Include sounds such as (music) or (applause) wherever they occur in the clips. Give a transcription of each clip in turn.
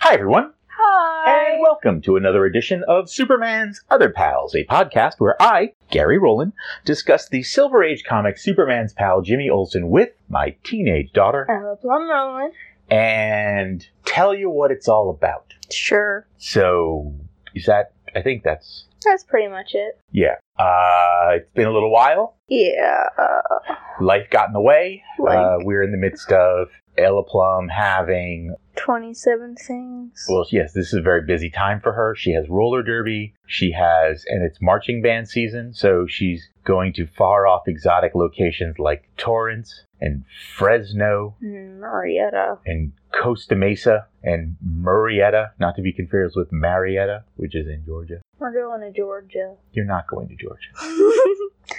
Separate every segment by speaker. Speaker 1: Hi, everyone,
Speaker 2: Hi.
Speaker 1: and welcome to another edition of Superman's Other Pals, a podcast where I, Gary Rowland, discuss the Silver Age comic Superman's pal Jimmy Olsen with my teenage daughter
Speaker 2: Ella Plum Roland.
Speaker 1: and tell you what it's all about.
Speaker 2: Sure.
Speaker 1: So, is that, I think that's,
Speaker 2: That's pretty much it.
Speaker 1: yeah. Uh, it's been a little while.
Speaker 2: Yeah. uh,
Speaker 1: Life got in the way.
Speaker 2: Like
Speaker 1: Uh, we're in the midst of Ella Plum having
Speaker 2: 27 things.
Speaker 1: Well, yes, this is a very busy time for her. She has roller derby. She has, and it's marching band season, so she's going to far off exotic locations like Torrance and Fresno
Speaker 2: Mm, Marietta.
Speaker 1: and Costa Mesa and Murrieta, not to be confused with Marietta, which is in Georgia.
Speaker 2: We're going to Georgia.
Speaker 1: You're not going to Georgia.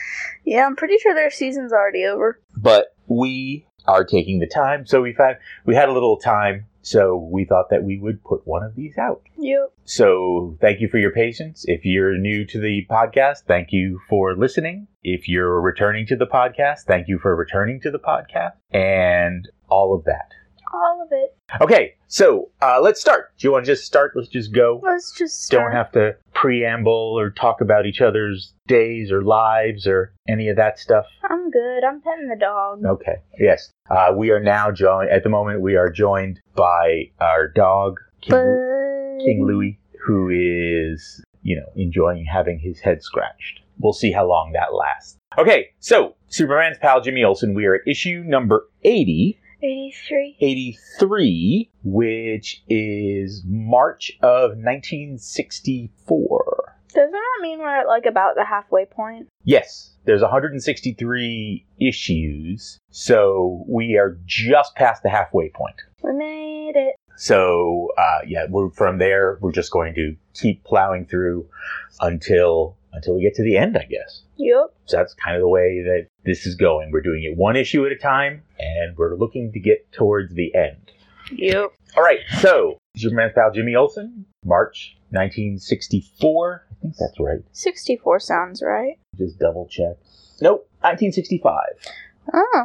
Speaker 2: (laughs) yeah, I'm pretty sure their season's already over.
Speaker 1: But we are taking the time, so we've had, we had a little time, so we thought that we would put one of these out.
Speaker 2: Yep.
Speaker 1: So, thank you for your patience. If you're new to the podcast, thank you for listening. If you're returning to the podcast, thank you for returning to the podcast and all of that.
Speaker 2: All of it.
Speaker 1: Okay, so uh, let's start. Do you want to just start? Let's just go.
Speaker 2: Let's just
Speaker 1: Don't
Speaker 2: start.
Speaker 1: have to preamble or talk about each other's days or lives or any of that stuff.
Speaker 2: I'm good. I'm petting the dog.
Speaker 1: Okay, yes. Uh, we are now joined, at the moment, we are joined by our dog, King, Lu-
Speaker 2: But...
Speaker 1: King Louis, who is, you know, enjoying having his head scratched. We'll see how long that lasts. Okay, so Superman's pal Jimmy Olsen, we are at issue number 80,
Speaker 2: 83.
Speaker 1: 83, which is March of 1964.
Speaker 2: Doesn't that mean we're at like about the halfway point?
Speaker 1: Yes, there's 163 issues, so we are just past the halfway point.
Speaker 2: We made it.
Speaker 1: So uh, yeah, we're from there. We're just going to keep plowing through until until we get to the end, I guess.
Speaker 2: Yep.
Speaker 1: So that's kind of the way that this is going. We're doing it one issue at a time, and we're looking to get towards the end.
Speaker 2: Yep.
Speaker 1: All right. So Superman's pal Jimmy Olsen, March 1964. I think that's right.
Speaker 2: 64 sounds right.
Speaker 1: Just double check. Nope, 1965.
Speaker 2: Oh.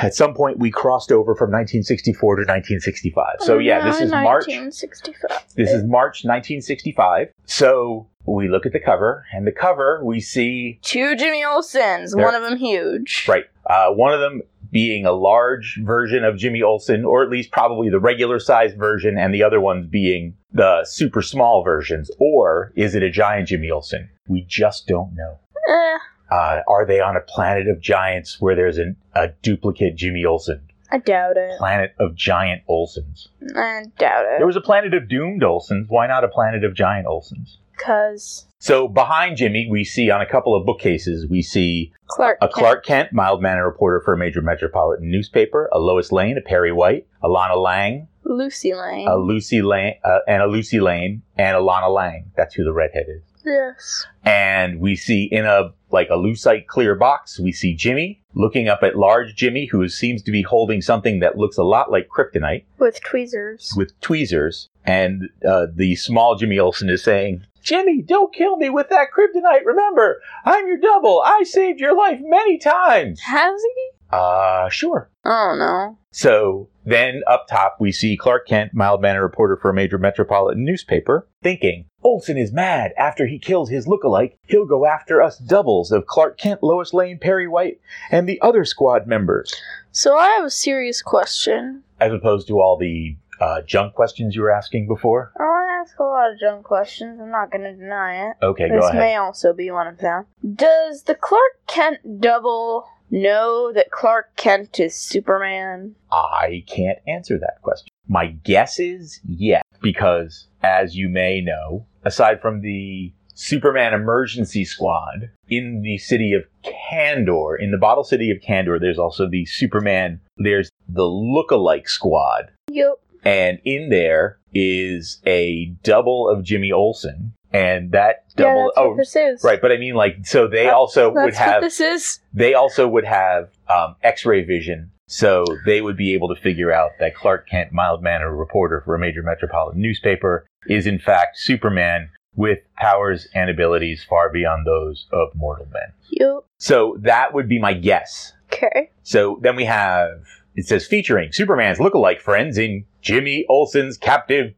Speaker 1: At some point, we crossed over from 1964 to 1965.
Speaker 2: Oh,
Speaker 1: So yeah, this is March.
Speaker 2: 1965.
Speaker 1: This is March 1965. So we look at the cover, and the cover we see
Speaker 2: Two Jimmy Olsens,
Speaker 1: There-
Speaker 2: one of them huge.
Speaker 1: right uh, one of them being a large version of Jimmy Olsen, or at least probably the regular size version, and the other ones being the super small versions. Or is it a giant Jimmy Olsen? We just don't know.
Speaker 2: Eh,
Speaker 1: Uh, are they on a planet of giants where there's an, a duplicate Jimmy Olsen?
Speaker 2: I doubt it.
Speaker 1: Planet of giant Olsens.
Speaker 2: I doubt
Speaker 1: There
Speaker 2: it.
Speaker 1: was a planet of doomed Olsens. Why not a planet of giant Olsens?
Speaker 2: Because
Speaker 1: So behind Jimmy, we see on a couple of bookcases, we see
Speaker 2: Clark.
Speaker 1: a
Speaker 2: Kent-
Speaker 1: Clark Kent, mild mannered reporter for a major metropolitan newspaper, a Lois Lane, a Perry White, a Lana Lang,
Speaker 2: Lucy Lane.
Speaker 1: a Lucy Lane, uh, and a Lucy Lane, and a Lana Lang. That's who the redhead is.
Speaker 2: yes.
Speaker 1: And we see in a like a lucite clear box, we see Jimmy looking up at large Jimmy, who seems to be holding something that looks a lot like kryptonite
Speaker 2: With tweezers.
Speaker 1: with tweezers, and uh, the small Jimmy Olsen is saying, "Jimmy, don't kill me with that kryptonite. Remember, I'm your double. I saved your life many times."
Speaker 2: Has he?
Speaker 1: Uh, sure.
Speaker 2: Oh no.
Speaker 1: So then up top we see Clark Kent, mild mannered reporter for a major metropolitan newspaper, thinking. Olsen is mad. After he kills his look-alike, he'll go after us doubles of Clark Kent, Lois Lane, Perry White, and the other squad members.
Speaker 2: So I have a serious question.
Speaker 1: As opposed to all the uh, junk questions you were asking before.
Speaker 2: I want to ask a lot of dumb questions. I'm not going to deny it.
Speaker 1: Okay, go
Speaker 2: This
Speaker 1: ahead.
Speaker 2: may also be one of them. Does the Clark Kent double know that Clark Kent is Superman?
Speaker 1: I can't answer that question. My guess is yes, because as you may know, aside from the Superman Emergency Squad in the city of Candor, in the bottle city of Candor, there's also the Superman, there's the Lookalike Squad.
Speaker 2: Yep.
Speaker 1: And in there is a double of Jimmy Olsen. And that
Speaker 2: yeah,
Speaker 1: double,
Speaker 2: that's
Speaker 1: oh,
Speaker 2: what this is.
Speaker 1: right. But I mean, like, so they
Speaker 2: That's-
Speaker 1: also would
Speaker 2: That's what
Speaker 1: have
Speaker 2: this is.
Speaker 1: they also would have um, x-ray vision so they would be able to figure out that clark kent mild-mannered reporter for a major metropolitan newspaper is in fact superman with powers and abilities far beyond those of mortal men
Speaker 2: Yep.
Speaker 1: so that would be my guess
Speaker 2: Okay.
Speaker 1: so then we have It says featuring Superman's lookalike friends in Jimmy Olsen's Captive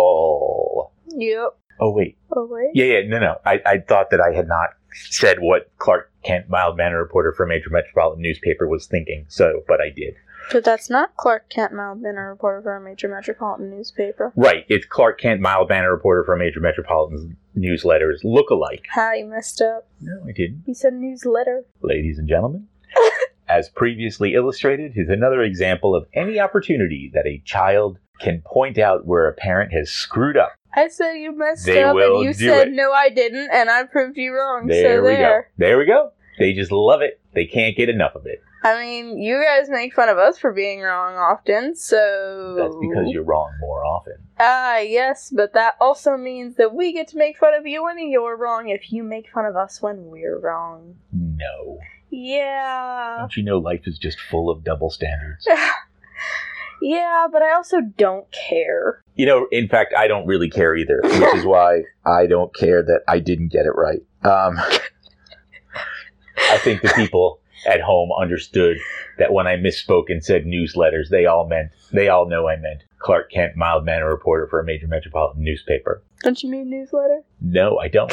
Speaker 1: Double.
Speaker 2: Yep.
Speaker 1: Oh wait,
Speaker 2: Oh wait.
Speaker 1: yeah, yeah, no, no. I, I thought that I had not said what Clark Kent, mild manner reporter for a major metropolitan newspaper, was thinking. So, but I did.
Speaker 2: But that's not Clark Kent Mild been a reporter for a major metropolitan newspaper.
Speaker 1: Right, it's Clark Kent, mild manner reporter for a major metropolitan newsletters lookalike.
Speaker 2: Ha, you messed up.
Speaker 1: No, I didn't.
Speaker 2: You said newsletter.
Speaker 1: Ladies and
Speaker 2: (laughs)
Speaker 1: gentlemen, as previously illustrated, is another example of any opportunity that a child can point out where a parent has screwed up.
Speaker 2: I said you messed
Speaker 1: They
Speaker 2: up,
Speaker 1: will
Speaker 2: and you
Speaker 1: do
Speaker 2: said
Speaker 1: it.
Speaker 2: no, I didn't, and I proved you wrong.
Speaker 1: There
Speaker 2: so
Speaker 1: we go.
Speaker 2: there.
Speaker 1: There we go. They just love it. They can't get enough of it.
Speaker 2: I mean, you guys make fun of us for being wrong often, so
Speaker 1: That's because you're wrong more often.
Speaker 2: Ah, yes, but that also means that we get to make fun of you when you're wrong if you make fun of us when we're wrong.
Speaker 1: No.
Speaker 2: Yeah.
Speaker 1: Don't you know life is just full of double standards?
Speaker 2: yeah, but I also don't care.
Speaker 1: You know, in fact, I don't really care either, which is why I don't care that I didn't get it right. Um, I think the people at home understood that when I misspoke and said newsletters, they all meant, they all know I meant Clark Kent, mild manner reporter for a major metropolitan newspaper.
Speaker 2: Don't you mean newsletter?
Speaker 1: No, I don't.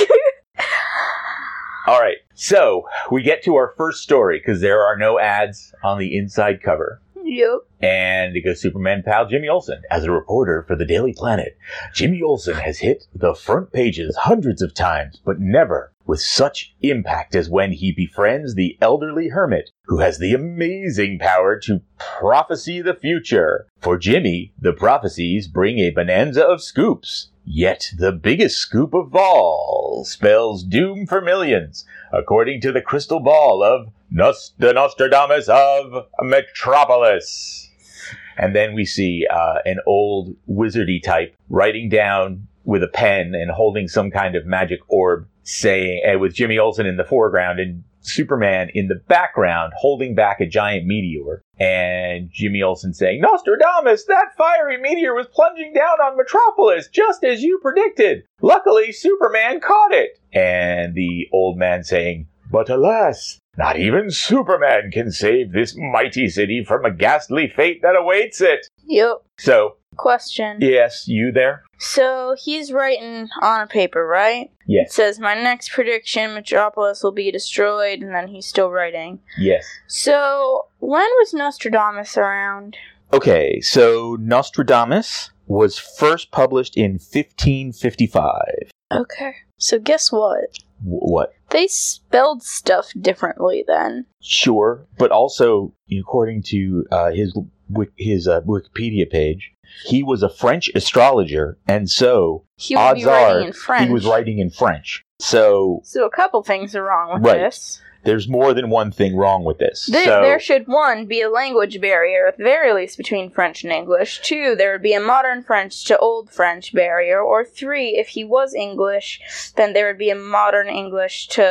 Speaker 1: All right, so we get to our first story because there are no ads on the inside cover.
Speaker 2: Yep.
Speaker 1: And it goes Superman pal Jimmy Olsen. As a reporter for the Daily Planet, Jimmy Olsen has hit the front pages hundreds of times, but never with such impact as when he befriends the elderly hermit who has the amazing power to prophecy the future. For Jimmy, the prophecies bring a bonanza of scoops. Yet the biggest scoop of all spells doom for millions, according to the crystal ball of Nost- the Nostradamus of Metropolis. And then we see uh, an old wizardy type writing down with a pen and holding some kind of magic orb, saying, and with Jimmy Olsen in the foreground and Superman in the background holding back a giant meteor. And Jimmy Olsen saying, Nostradamus, that fiery meteor was plunging down on Metropolis just as you predicted. Luckily, Superman caught it. And the old man saying, But alas, not even Superman can save this mighty city from a ghastly fate that awaits it.
Speaker 2: Yep.
Speaker 1: So,
Speaker 2: Question.
Speaker 1: yes, you there?
Speaker 2: So he's writing on a paper, right? It
Speaker 1: Yes,
Speaker 2: says, My next prediction, Metropolis will be destroyed, and then he's still writing.
Speaker 1: yes.
Speaker 2: So, when was Nostradamus around?
Speaker 1: Okay, so Nostradamus was first published in 1555.
Speaker 2: Okay. So, guess what?
Speaker 1: what?
Speaker 2: They spelled stuff differently then.
Speaker 1: Sure, but also according to uh, his wik- his uh, Wikipedia page, he was a French astrologer, and so
Speaker 2: He would
Speaker 1: Odds
Speaker 2: be
Speaker 1: are
Speaker 2: writing in French.
Speaker 1: he was writing in French. So
Speaker 2: So, a couple things are wrong with
Speaker 1: Right.
Speaker 2: this.
Speaker 1: there's more than one thing wrong with this.
Speaker 2: There,
Speaker 1: so,
Speaker 2: there should, one, be a language barrier, at the very least, between French and English. Two, there would be a modern French to old French barrier. Or three, if he was English, then there would be a modern English to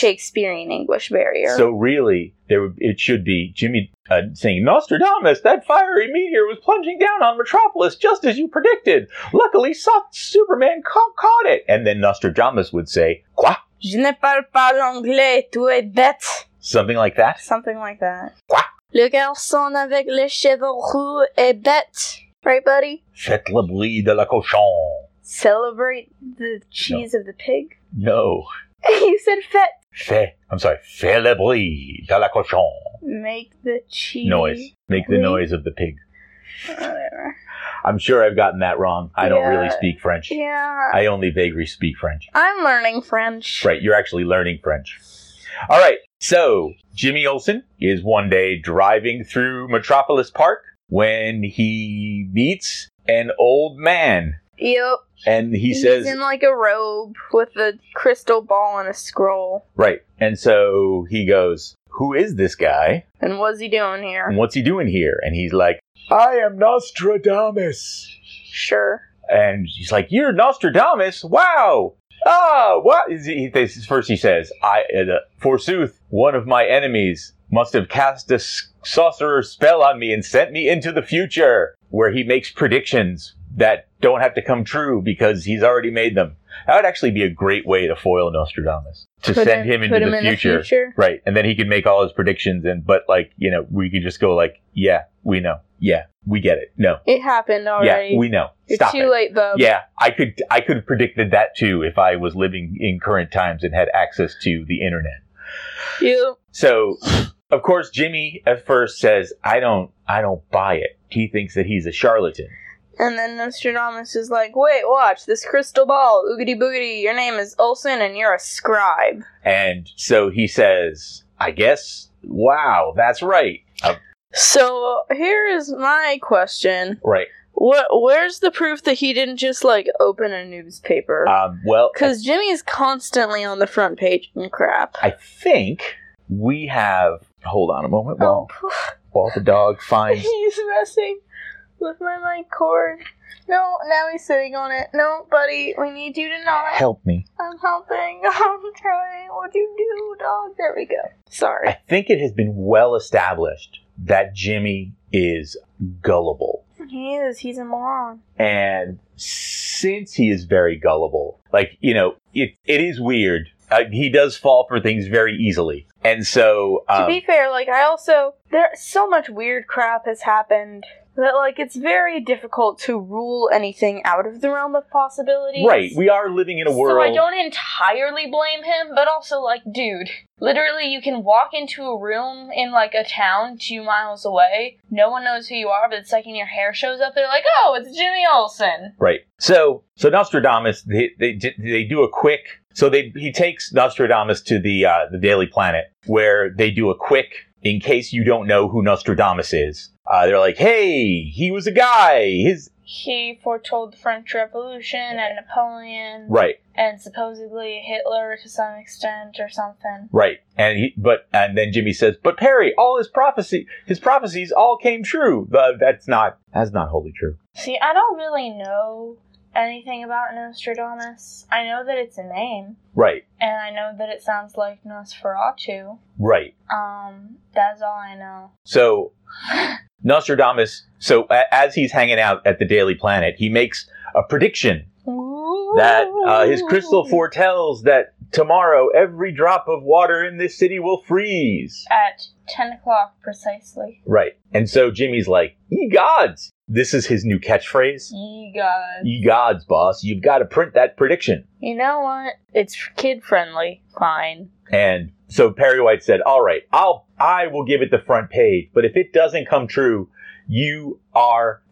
Speaker 2: Shakespearean English barrier.
Speaker 1: So really, there would, it should be Jimmy uh, saying, "Nostradamus, that fiery meteor was plunging down on Metropolis just as you predicted. Luckily, Su- Superman ca- caught it." And then Nostradamus would say, "Quoi?"
Speaker 2: Je ne parle pas l'anglais, tu es bête.
Speaker 1: Something like that.
Speaker 2: Something like that.
Speaker 1: Quoi?
Speaker 2: Le garçon avec les cheveux roux est bête. Right, buddy?
Speaker 1: Faites le bruit de la cochon.
Speaker 2: Celebrate the cheese of the pig? (laughs)
Speaker 1: No.
Speaker 2: you said fête.
Speaker 1: Fait. I'm sorry. Fais le bruit de la cochon.
Speaker 2: Make the cheese.
Speaker 1: Noise. Make the
Speaker 2: Oui.
Speaker 1: noise of the pig.
Speaker 2: Whatever.
Speaker 1: I'm sure I've gotten that wrong. I don't really
Speaker 2: Yeah.
Speaker 1: speak French.
Speaker 2: Yeah.
Speaker 1: I only vaguely speak French.
Speaker 2: I'm learning French.
Speaker 1: Right, you're actually learning French. All right, so Jimmy Olsen is one day driving through Metropolis Park when he meets an old man.
Speaker 2: Yep.
Speaker 1: And he
Speaker 2: He's
Speaker 1: says,
Speaker 2: in like a robe with a crystal ball and a scroll.
Speaker 1: Right. And so he goes, Who is this guy?
Speaker 2: And what's he doing
Speaker 1: And
Speaker 2: here?
Speaker 1: what's he doing here? And he's like, I am Nostradamus.
Speaker 2: Sure.
Speaker 1: And he's like, "You're Nostradamus! Wow! Ah, what?" Is he, he- first he says, "I uh, forsooth, one of my enemies must have cast a s- sorcerer spell on me and sent me into the future, where he makes predictions that don't have to come true because he's already made them." That would actually be a great way to foil Nostradamus to send him into
Speaker 2: put him
Speaker 1: the
Speaker 2: in
Speaker 1: future.
Speaker 2: the future.
Speaker 1: Right, and then he could make all his predictions, and but like you know, we could just go like, yeah, we know, yeah, we get it, no,
Speaker 2: It happened already.
Speaker 1: yeah, we know,
Speaker 2: You're
Speaker 1: stop
Speaker 2: too
Speaker 1: it.
Speaker 2: late, Bob.
Speaker 1: Yeah, I could I could have predicted that too if I was living in current times and had access to the internet.
Speaker 2: You
Speaker 1: So, of course, Jimmy at first says, "I don't, I don't buy it." He thinks that he's a charlatan.
Speaker 2: And then Nostradamus is like, wait, watch, this crystal ball, oogity boogity, your name is Olson and you're a scribe.
Speaker 1: And so he says, I guess, wow, that's right. Uh,
Speaker 2: So here is my question.
Speaker 1: right.
Speaker 2: What where's the proof that he didn't just like open a newspaper?
Speaker 1: Um, well, I,
Speaker 2: Cuz Jimmy's constantly on the front page and crap.
Speaker 1: I think we have. Hold on a moment while,
Speaker 2: oh,
Speaker 1: while the dog finds.
Speaker 2: (laughs) he's messing with my mic cord. No, now he's sitting on it. No, buddy, we need you to not.
Speaker 1: Help me.
Speaker 2: I'm helping. (laughs) I'm trying. What'd you do, dog? There we go. Sorry.
Speaker 1: I think it has been well established that Jimmy is gullible.
Speaker 2: He is. He's a moron.
Speaker 1: and since he is very gullible like you know it it is weird uh, he does fall for things very easily and so
Speaker 2: to
Speaker 1: um,
Speaker 2: be fair, like I also there so much weird crap has happened that like it's very difficult to rule anything out of the realm of possibilities.
Speaker 1: right we are living in a
Speaker 3: So
Speaker 1: world
Speaker 3: I don't entirely blame him, but also like, dude, literally you can walk into a room in like a town two miles away, no one knows who you are, but the second your hair shows up, they're like, oh, it's Jimmy Olsen.
Speaker 1: right so so nostradamus they, they d- they do a quick so they he takes nostradamus to the uh, the daily planet where they do a quick in case you don't know who nostradamus is uh, they're like hey he was a guy his
Speaker 3: He foretold the French Revolution and Napoleon
Speaker 1: right
Speaker 3: and supposedly Hitler to some extent or something.
Speaker 1: Right. And he, but and then Jimmy says, "But Perry, all his prophecy, his prophecies all came true." Uh, that's not that's not wholly true.
Speaker 3: See, I don't really know anything about Nostradamus. I know that it's a name,
Speaker 1: Right.
Speaker 3: and I know that it sounds like Nosferatu.
Speaker 1: Right.
Speaker 3: Um, that's all I know.
Speaker 1: So Nostradamus, so a- as he's hanging out at the Daily Planet, he makes a prediction that uh, his crystal foretells that tomorrow every drop of water in this city will freeze.
Speaker 3: At 10 o'clock precisely.
Speaker 1: Right. And so Jimmy's like, "Ye gods!" This is his new catchphrase.
Speaker 3: You guys.
Speaker 1: Ye gods, boss! You've got to print that prediction.
Speaker 2: You know what? It's kid friendly. Fine.
Speaker 1: And so Perry White said, "All right, I'll I will give it the front page, but if it doesn't come true, you are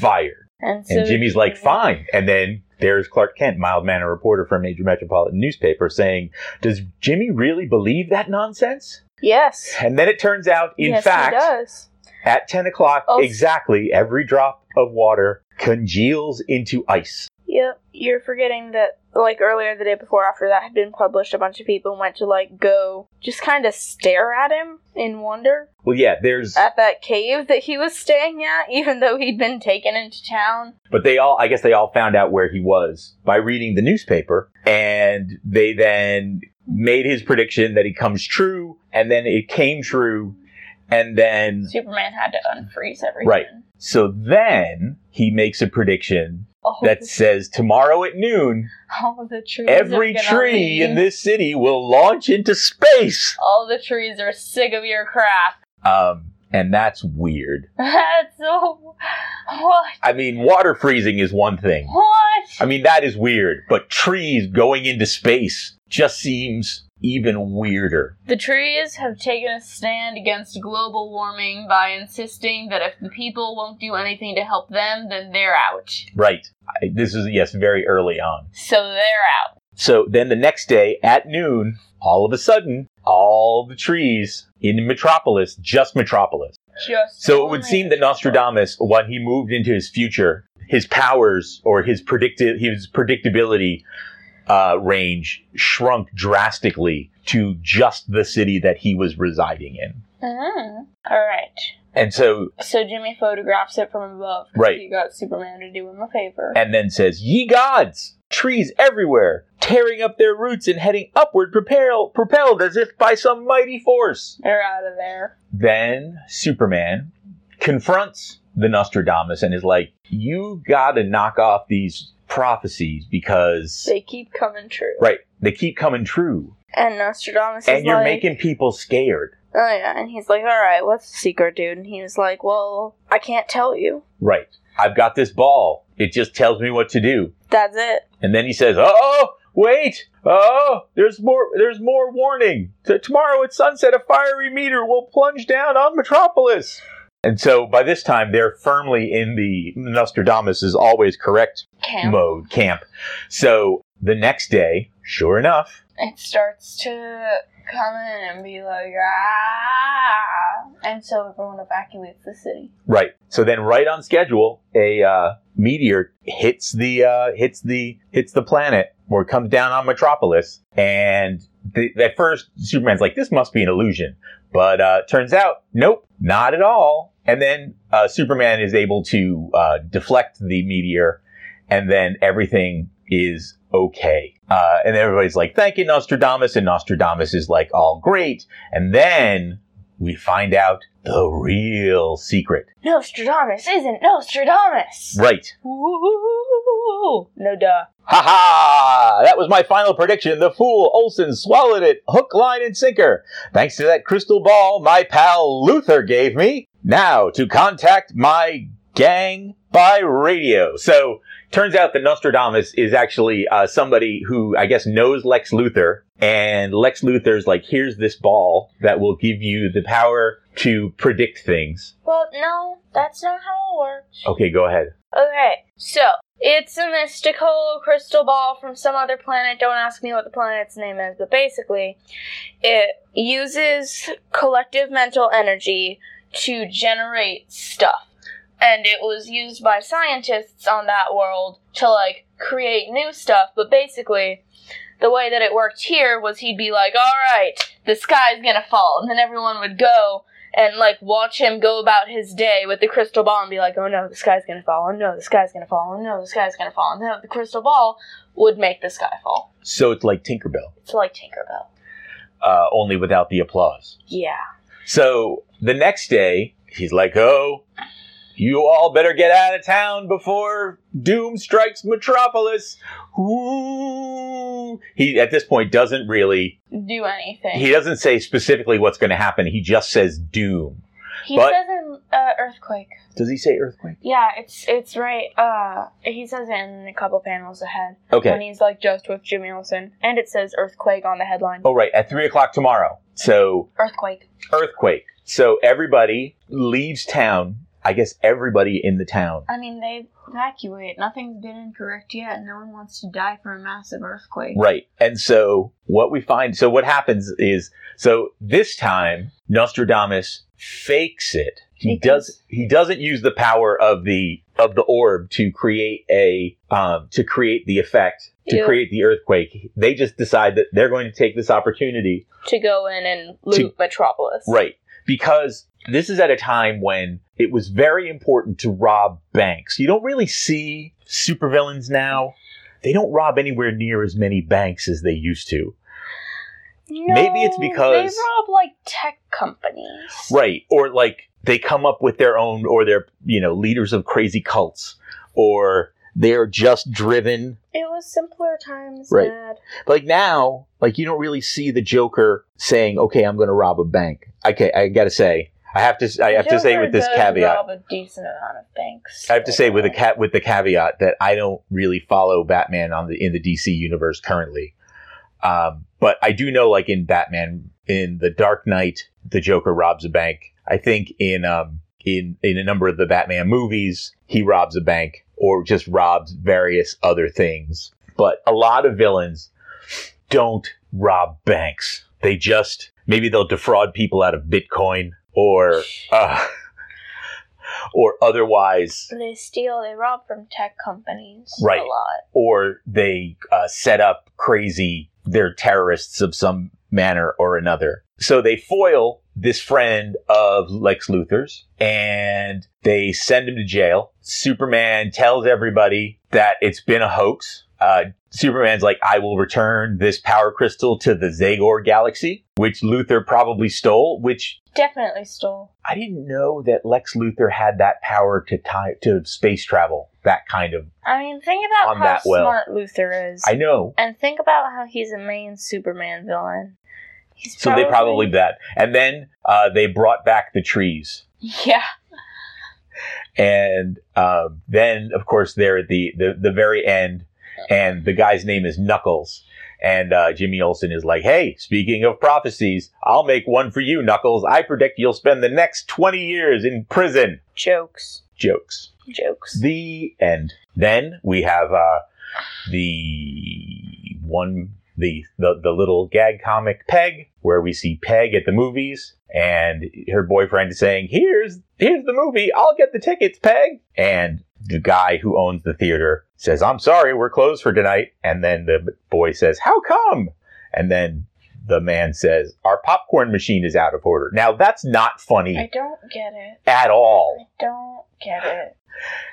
Speaker 1: fired."
Speaker 2: And so
Speaker 1: And Jimmy's like, "Fine." And then there's Clark Kent, mild mannered reporter from a major metropolitan newspaper, saying, "Does Jimmy really believe that nonsense?"
Speaker 2: Yes.
Speaker 1: And then it turns out, in
Speaker 2: yes, he
Speaker 1: fact,
Speaker 2: does.
Speaker 1: at ten o'clock
Speaker 2: Oh.
Speaker 1: exactly, every drop of water congeals into ice.
Speaker 2: Yep. You're forgetting that like earlier the day before after that had been published, a bunch of people went to like go just kind of stare at him in wonder.
Speaker 1: Well, yeah, there's,
Speaker 2: at that cave that he was staying at, even though he'd been taken into town.
Speaker 1: but they all, I guess they all found out where he was by reading the newspaper, and they then made his prediction that he comes true, and then it came true, and then
Speaker 3: Superman had to unfreeze everything.
Speaker 1: Right. so then he makes a prediction
Speaker 3: Oh,
Speaker 1: that says tomorrow at noon
Speaker 3: (laughs) all the trees.
Speaker 1: every
Speaker 3: are gonna
Speaker 1: tree in
Speaker 3: leave.
Speaker 1: this city will launch into space.
Speaker 3: All the trees are sick of your crap. (laughs)
Speaker 1: Um, and that's weird.
Speaker 3: That's so. What?
Speaker 1: I mean, water freezing is one thing.
Speaker 3: What?
Speaker 1: I mean, that is weird, but trees going into space just seems even weirder.
Speaker 3: The trees have taken a stand against global warming by insisting that if the people won't do anything to help them, then they're out.
Speaker 1: Right. I, this is, yes, very early on.
Speaker 3: So they're out.
Speaker 1: So then the next day at noon, all of a sudden, all the trees in Metropolis, just Metropolis.
Speaker 3: Just
Speaker 1: So it
Speaker 2: Oh
Speaker 1: would seem that Nostradamus, when he moved into his future, his powers or his predictive his predictability uh, range shrunk drastically to just the city that he was residing in.
Speaker 3: Mhm. All right.
Speaker 1: And so
Speaker 3: So Jimmy photographs it from above. 'cause
Speaker 1: Right.
Speaker 3: He got Superman to do him a favor.
Speaker 1: and then says, Ye gods! Trees everywhere, tearing up their roots and heading upward, propel, propelled as if by some mighty force.
Speaker 3: they're out of there.
Speaker 1: Then Superman confronts the Nostradamus and is like, You gotta knock off these prophecies because
Speaker 4: They keep coming true.
Speaker 1: right they keep coming true,
Speaker 4: And Nostradamus is
Speaker 1: and you're
Speaker 4: like,
Speaker 1: making people scared.
Speaker 4: Oh yeah, and he's like, "All right, what's the secret, dude?" And he was like, "Well, I can't tell you.
Speaker 1: Right. I've got this ball. It just tells me what to do.
Speaker 4: That's it."
Speaker 1: And then he says, "Oh, wait! Oh, there's more. There's more warning. T- tomorrow at sunset, a fiery meteor will plunge down on Metropolis." And so, by this time, they're firmly in the Nostradamus is always correct
Speaker 2: Camp.
Speaker 1: mode camp. So the next day, sure enough,
Speaker 2: it starts to come in and be like ah, and so everyone evacuates the city.
Speaker 1: right. So then, right on schedule, a uh, meteor hits the uh, hits the hits the planet or comes down on Metropolis, and th- at first Superman's like, "This must be an illusion," but uh, turns out, nope, not at all. And then uh, Superman is able to uh, deflect the meteor, and then everything is okay. Uh, and everybody's like, "Thank you, Nostradamus," and Nostradamus is like, "All great." And then we find out the real secret.
Speaker 2: Nostradamus isn't Nostradamus.
Speaker 1: Right.
Speaker 2: Woo! No duh.
Speaker 1: Ha ha! That was my final prediction. The fool Olson swallowed it, hook, line, and sinker. Thanks to that crystal ball my pal Luther gave me. Now to contact my gang by radio. So turns out that Nostradamus is actually uh, somebody who I guess knows Lex Luthor, and Lex Luthor's like, here's this ball that will give you the power to predict things.
Speaker 2: Well, no, that's not how it works.
Speaker 1: Okay, go ahead.
Speaker 2: Okay, so it's a mystical crystal ball from some other planet. Don't ask me what the planet's name is, but basically, it uses collective mental energy to generate stuff. And it was used by scientists on that world to like create new stuff, but basically, the way that it worked here was he'd be like, all right, the sky's gonna fall. And then everyone would go and like watch him go about his day with the crystal ball and be like, oh no, the sky's gonna fall. Oh no, the sky's gonna fall. Oh no, the sky's gonna fall. And then the crystal ball would make the sky fall.
Speaker 1: So it's like Tinkerbell,
Speaker 2: It's like Tinkerbell.
Speaker 1: uh, only without the applause.
Speaker 2: Yeah.
Speaker 1: So the next day, he's like, Oh, you all better get out of town before doom strikes Metropolis. Ooh. He, at this point, doesn't really,
Speaker 2: Do anything.
Speaker 1: he doesn't say specifically what's going to happen. He just says doom.
Speaker 2: He
Speaker 1: but-
Speaker 2: says an uh, earthquake.
Speaker 1: Does he say earthquake?
Speaker 2: Yeah, it's it's right. Uh, he says it in a couple panels ahead when
Speaker 1: Okay.
Speaker 2: he's like just with Jimmy Olsen, and it says earthquake on the headline.
Speaker 1: Oh, right. At three o'clock tomorrow. So
Speaker 2: Earthquake.
Speaker 1: earthquake. So everybody leaves town. I guess everybody in the town.
Speaker 2: I mean, they evacuate. Nothing's been incorrect yet. No one wants to die from a massive earthquake.
Speaker 1: Right. And so what we find, so what happens is, so this time Nostradamus fakes it. He
Speaker 2: Because-
Speaker 1: does. He doesn't use the power of the of the orb to create a um, to create the effect to
Speaker 2: Yeah.
Speaker 1: create the earthquake. They just decide that they're going to take this opportunity
Speaker 2: To go in and loot Metropolis.
Speaker 1: Right. Because this is at a time when it was very important to rob banks. You don't really see supervillains now. They don't rob anywhere near as many banks as they used to.
Speaker 2: No,
Speaker 1: Maybe it's because-
Speaker 2: they rob like tech companies.
Speaker 1: Right. Or like they come up with their own or they're, you know, leaders of crazy cults or they're just driven.
Speaker 2: It was simpler times,
Speaker 1: Right.
Speaker 2: Dad.
Speaker 1: Like now, like you don't really see the Joker saying, "Okay, I'm going to rob a bank." Okay, I got to say, I have to I have to say
Speaker 2: Joker
Speaker 1: with this
Speaker 2: does
Speaker 1: caveat.
Speaker 2: rob a decent amount of banks.
Speaker 1: I have to say with a
Speaker 2: cat.
Speaker 1: cat with the caveat that I don't really follow Batman on the in the DC universe currently, um, but I do know like in Batman in the Dark Knight, the Joker robs a bank. I think in um, in in a number of the Batman movies, he robs a bank or just robs various other things. But a lot of villains don't rob banks. They just maybe they'll defraud people out of Bitcoin or. Uh, (laughs) Or otherwise,
Speaker 2: They steal. They rob from tech companies.
Speaker 1: Right.
Speaker 2: A lot.
Speaker 1: or they uh, set up crazy, they're terrorists of some manner or another. So they foil this friend of Lex Luthor's and they send him to jail. Superman tells everybody that it's been a hoax Uh, Superman's like, I will return this power crystal to the Zagor galaxy, which Luther probably stole, which
Speaker 3: Definitely stole.
Speaker 1: I didn't know that Lex Luthor had that power to time to space travel, that kind of.
Speaker 3: I mean, think about
Speaker 1: On
Speaker 3: how
Speaker 1: that well.
Speaker 3: smart Luther is.
Speaker 1: I know.
Speaker 3: and think about how he's a main Superman villain. He's
Speaker 2: Oh,
Speaker 1: So they probably
Speaker 2: (laughs)
Speaker 1: that. And then uh, they brought back the trees.
Speaker 3: Yeah.
Speaker 1: and um, then of course they're at the, the the very end, and the guy's name is Knuckles, and uh, Jimmy Olsen is like, "Hey, speaking of prophecies, I'll make one for you, Knuckles. I predict you'll spend the next twenty years in prison."
Speaker 2: Jokes.
Speaker 1: Jokes.
Speaker 2: Jokes.
Speaker 1: The end. Then we have uh, the one. The, the, the little gag comic Peg, where we see Peg at the movies, and her boyfriend is saying, "Here's here's the movie. I'll get the tickets, Peg." And the guy who owns the theater says, "I'm sorry, we're closed for tonight." And then the boy says, "How come?" And then the man says, "Our popcorn machine is out of order." Now that's not
Speaker 3: I
Speaker 1: funny
Speaker 3: don't get it.
Speaker 1: at all
Speaker 3: I don't get it.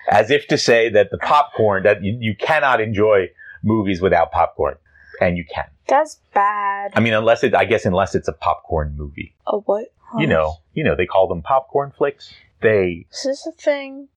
Speaker 1: as if to say that the popcorn that you, you cannot enjoy movies without popcorn and you can
Speaker 2: That's bad.
Speaker 1: i mean unless it i guess unless it's a popcorn movie
Speaker 2: Oh, what?
Speaker 1: you know you know they call them popcorn flicks they
Speaker 2: Is this a thing?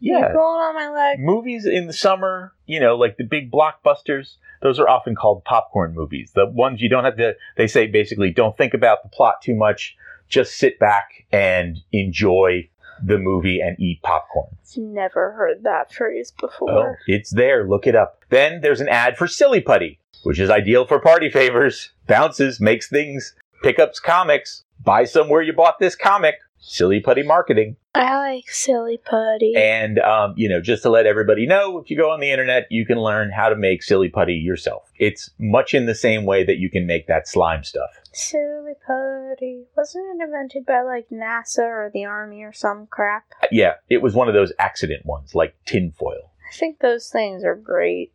Speaker 2: You're
Speaker 1: yeah
Speaker 2: going on my leg.
Speaker 1: movies in the summer you know like the big blockbusters those are often called popcorn movies the ones you don't have to they say basically don't think about the plot too much just sit back and enjoy the movie and eat popcorn
Speaker 2: I've never heard that phrase
Speaker 1: Oh,
Speaker 2: before.
Speaker 1: it's there. Look it up. Then there's an ad for Silly Putty, which is ideal for party favors, bounces, makes things, pickups comics, buy somewhere you bought this comic. Silly Putty marketing.
Speaker 2: I like silly putty.
Speaker 1: And, um, you know, just to let everybody know, if you go on the internet, you can learn how to make Silly Putty yourself. It's much in the same way that you can make that slime stuff.
Speaker 2: Silly putty. Wasn't it invented by like NASA or the army or some crap?
Speaker 1: Uh, Yeah, it was one of those accident ones, like tinfoil.
Speaker 2: I think those things are great.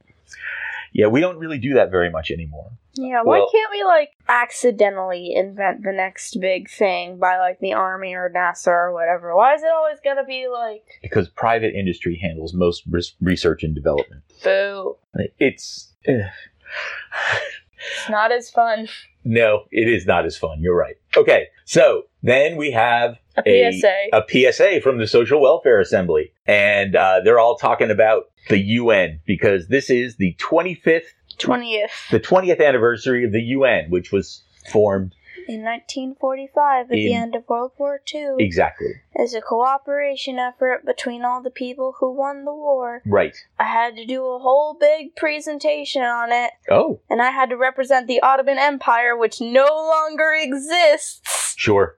Speaker 1: Yeah, we don't really do that very much anymore.
Speaker 2: Yeah, why
Speaker 1: Well-
Speaker 2: can't we like accidentally invent the next big thing by like the army or NASA or whatever? Why is it always gotta be like
Speaker 1: Because private industry handles most res- research and development.
Speaker 3: Boo.
Speaker 1: It's. eh,
Speaker 3: It's not as fun.
Speaker 1: No, it is not as fun. You're right. Okay, so then we have
Speaker 3: A
Speaker 1: A-
Speaker 3: PSA.
Speaker 1: a PSA from the Social Welfare Assembly, and uh, they're all talking about the UN because this is the 25th,
Speaker 2: 20th
Speaker 1: the 20th anniversary of the UN, which was formed
Speaker 2: in 1945 at the
Speaker 1: In-
Speaker 2: end of World War II
Speaker 1: exactly
Speaker 2: as a cooperation effort between all the people who won the war.
Speaker 1: right.
Speaker 2: I had to do a whole big presentation on it
Speaker 1: Oh,
Speaker 2: and I had to represent the Ottoman Empire which no longer exists.
Speaker 1: sure.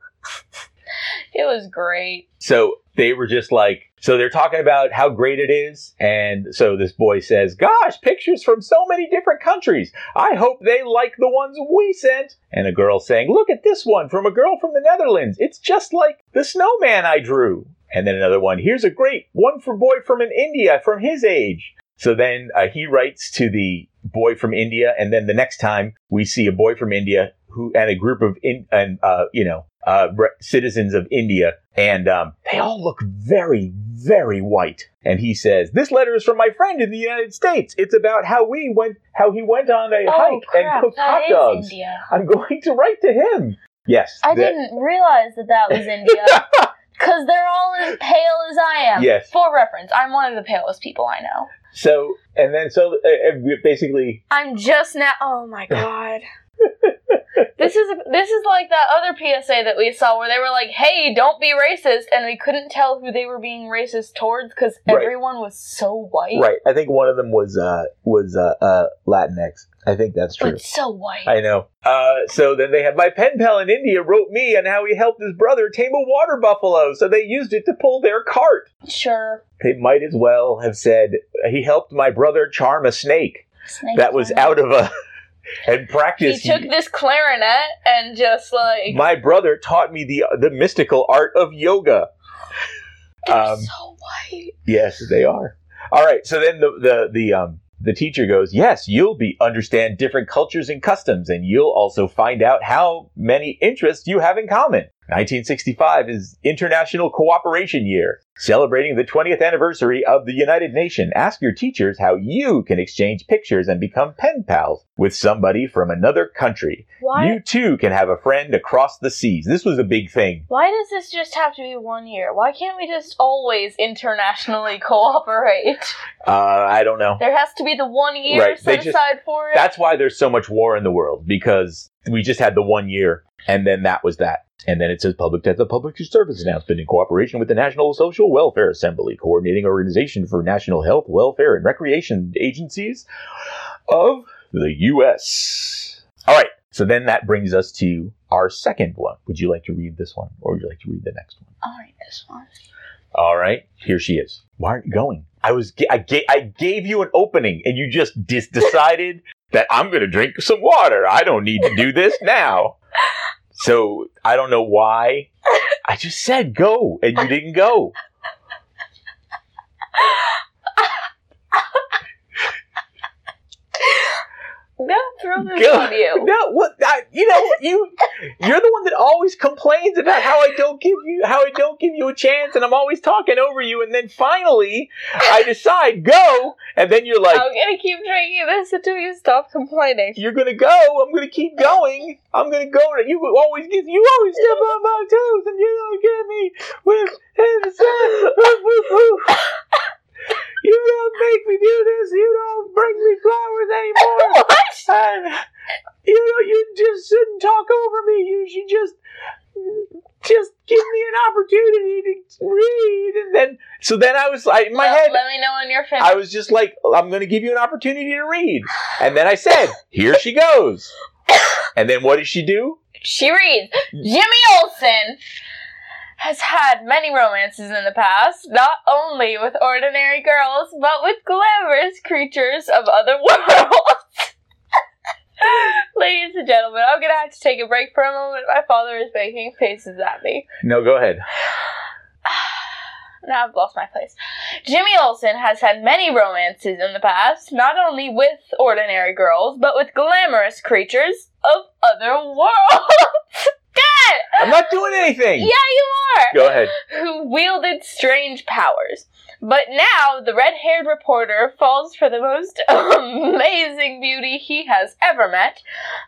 Speaker 3: it was great.
Speaker 1: So they were just like, so they're talking about how great it is. And so this boy says, Gosh, pictures from so many different countries. I hope they like the ones we sent. And a girl saying, Look at this one from a girl from the Netherlands. It's just like the snowman I drew. And then another one, Here's a great one for boy from in India from his age. So then uh, he writes to the boy from India, and then the next time we see a boy from India who and a group of in, and uh, you know uh, re- citizens of India, and um, they all look very very white. And he says, "This letter is from my friend in the United States. It's about how we went, how he went on a
Speaker 3: Oh,
Speaker 1: hike
Speaker 3: crap.
Speaker 1: and cooked
Speaker 3: That
Speaker 1: hot
Speaker 3: is
Speaker 1: dogs.
Speaker 3: India.
Speaker 1: I'm going to write to him." Yes,
Speaker 3: I
Speaker 1: that-
Speaker 3: didn't realize that that was India.
Speaker 1: (laughs)
Speaker 3: Because they're all as pale as I am.
Speaker 1: Yes.
Speaker 3: For reference, I'm one of the palest people I know.
Speaker 1: So and then so uh, uh, basically,
Speaker 3: I'm just now. Oh
Speaker 1: (laughs)
Speaker 3: my god. this is this is like that other PSA that we saw where they were like, "Hey, don't be racist," and we couldn't tell who they were being racist towards because
Speaker 1: Right.
Speaker 3: everyone was so white,
Speaker 1: right? I think one of them was uh, was uh, uh, Latinx. I think that's true.
Speaker 3: But so white.
Speaker 1: I know. Uh, so then they have my pen pal in India wrote me on how he helped his brother tame a water buffalo, so they used it to pull their cart.
Speaker 3: sure.
Speaker 1: They might as well have said he helped my brother charm a snake
Speaker 3: Snake
Speaker 1: that was
Speaker 3: clarinet.
Speaker 1: out of a (laughs) and
Speaker 3: He
Speaker 1: practiced.
Speaker 3: took this clarinet and just like
Speaker 1: my brother taught me the the mystical art of yoga.
Speaker 3: they're
Speaker 1: um,
Speaker 3: so white.
Speaker 1: Yes, they are. All right. So then the the the um the teacher goes, "Yes, you'll be understand different cultures and customs, and you'll also find out how many interests you have in common." 1965 is International Cooperation Year. Celebrating the 20th anniversary of the United Nations, ask your teachers how you can exchange pictures and become pen pals with somebody from another country.
Speaker 2: Why?
Speaker 1: You too can have a friend across the seas. This was a big thing.
Speaker 2: why does this just have to be one year? Why can't we just always
Speaker 3: (laughs)
Speaker 2: internationally cooperate?
Speaker 1: Uh, I don't know.
Speaker 2: There has to be the one year
Speaker 1: Right, they
Speaker 2: set
Speaker 1: just-
Speaker 2: aside for it.
Speaker 1: That's why there's so much war in the world because we just had the one year and then that was that. And then it says public debt, the public service announcement in cooperation with the National Social Welfare Assembly, coordinating organization for national health, welfare, and recreation agencies of the U.S. All right. So then that brings us to our second one. Would you like to read this one or would you like to read the next one?
Speaker 2: I'll read this one.
Speaker 1: All right, here she is. Why aren't you going? I was ga- I, ga- I gave you an opening, and you just dis- decided that I'm going to drink some water. I don't need to do this now. So I don't know why. I just said go, and you didn't go.
Speaker 2: Don't throw this
Speaker 1: Go-
Speaker 2: on you.
Speaker 1: No, what? I, you know, you you're the one that always complains about how I don't give you how I don't give you a chance, and I'm always talking over you. And then finally, I decide go, and then you're (laughs) like,
Speaker 2: I'm gonna keep drinking this until you stop complaining.
Speaker 1: you're gonna go. I'm gonna keep going. I'm gonna go. You always get. You always step on my toes, and you don't get me with. with- with- (laughs) You don't make me do this. You don't bring me flowers anymore.
Speaker 2: (laughs) What?
Speaker 1: And you know, you just shouldn't talk over me. You should just. Just give me an opportunity to read, and then so then I was like, in my
Speaker 2: Well,
Speaker 1: head,
Speaker 2: Let me know when you're finished.
Speaker 1: I was just like, I'm going to give you an opportunity to read. And then I said, here she goes. And then what did she do?
Speaker 2: She reads Jimmy Olsen has had many romances in the past, not only with ordinary girls, but with glamorous creatures of other (laughs) worlds. (laughs) Ladies and gentlemen, I'm gonna have to take a break for a moment. My father is making faces at me.
Speaker 1: No, go ahead.
Speaker 2: Now I've lost my place. Jimmy Olsen has had many romances in the past, not only with ordinary girls, but with glamorous creatures of other worlds. (laughs) Dad!
Speaker 1: I'm not doing anything.
Speaker 2: Yeah, you are!
Speaker 1: Go ahead.
Speaker 2: Who wielded strange powers. But now the red haired reporter falls for the most (laughs) amazing beauty he has ever met,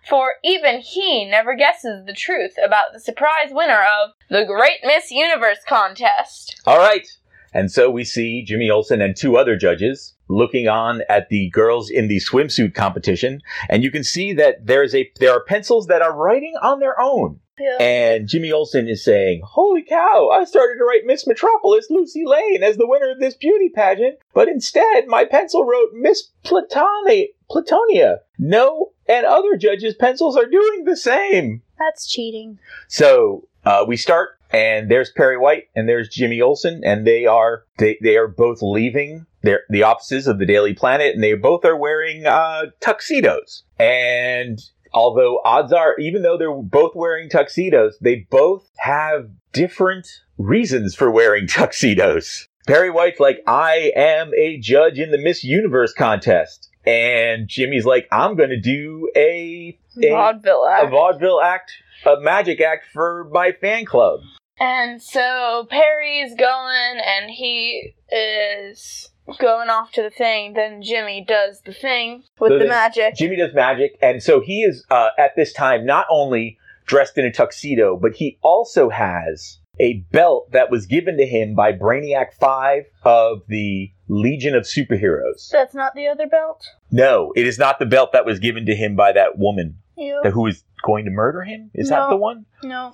Speaker 2: for even he never guesses the truth about the surprise winner of the Great Miss Universe contest.
Speaker 1: All right. And so we see Jimmy Olsen and two other judges looking on at the girls in the swimsuit competition. And you can see that there is a there are pencils that are writing on their own. And Jimmy Olsen is saying, Holy cow, I started to write Miss Metropolis Lucy Lane as the winner of this beauty pageant, but instead my pencil wrote Miss Platoni- Platonia. No, and other judges' pencils are doing the same.
Speaker 5: That's cheating.
Speaker 1: So uh, we start, and there's Perry White, and there's Jimmy Olsen, and they are they, they are both leaving their the offices of the Daily Planet, and they both are wearing uh, tuxedos. And although odds are, even though they're both wearing tuxedos, they both have different reasons for wearing (laughs) tuxedos. Perry White's like, I am a judge in the Miss Universe contest. And Jimmy's like, I'm going to do a, a
Speaker 2: Vaudeville
Speaker 1: a
Speaker 2: act.
Speaker 1: vaudeville act, a magic act for my fan club.
Speaker 2: And so Perry's going and he is going off to the thing. Then Jimmy does the thing with
Speaker 1: So
Speaker 5: The
Speaker 1: they-
Speaker 2: the
Speaker 5: magic.
Speaker 1: Jimmy does magic, and so he is uh, at this time not only dressed in a tuxedo, but he also has a belt that was given to him by Brainiac Five of the Legion of Superheroes.
Speaker 5: That's not the other belt.
Speaker 1: No, it is not the belt that was given to him by that woman
Speaker 5: You?
Speaker 1: who is going to murder him. Is that
Speaker 5: No.
Speaker 1: the one?
Speaker 5: No.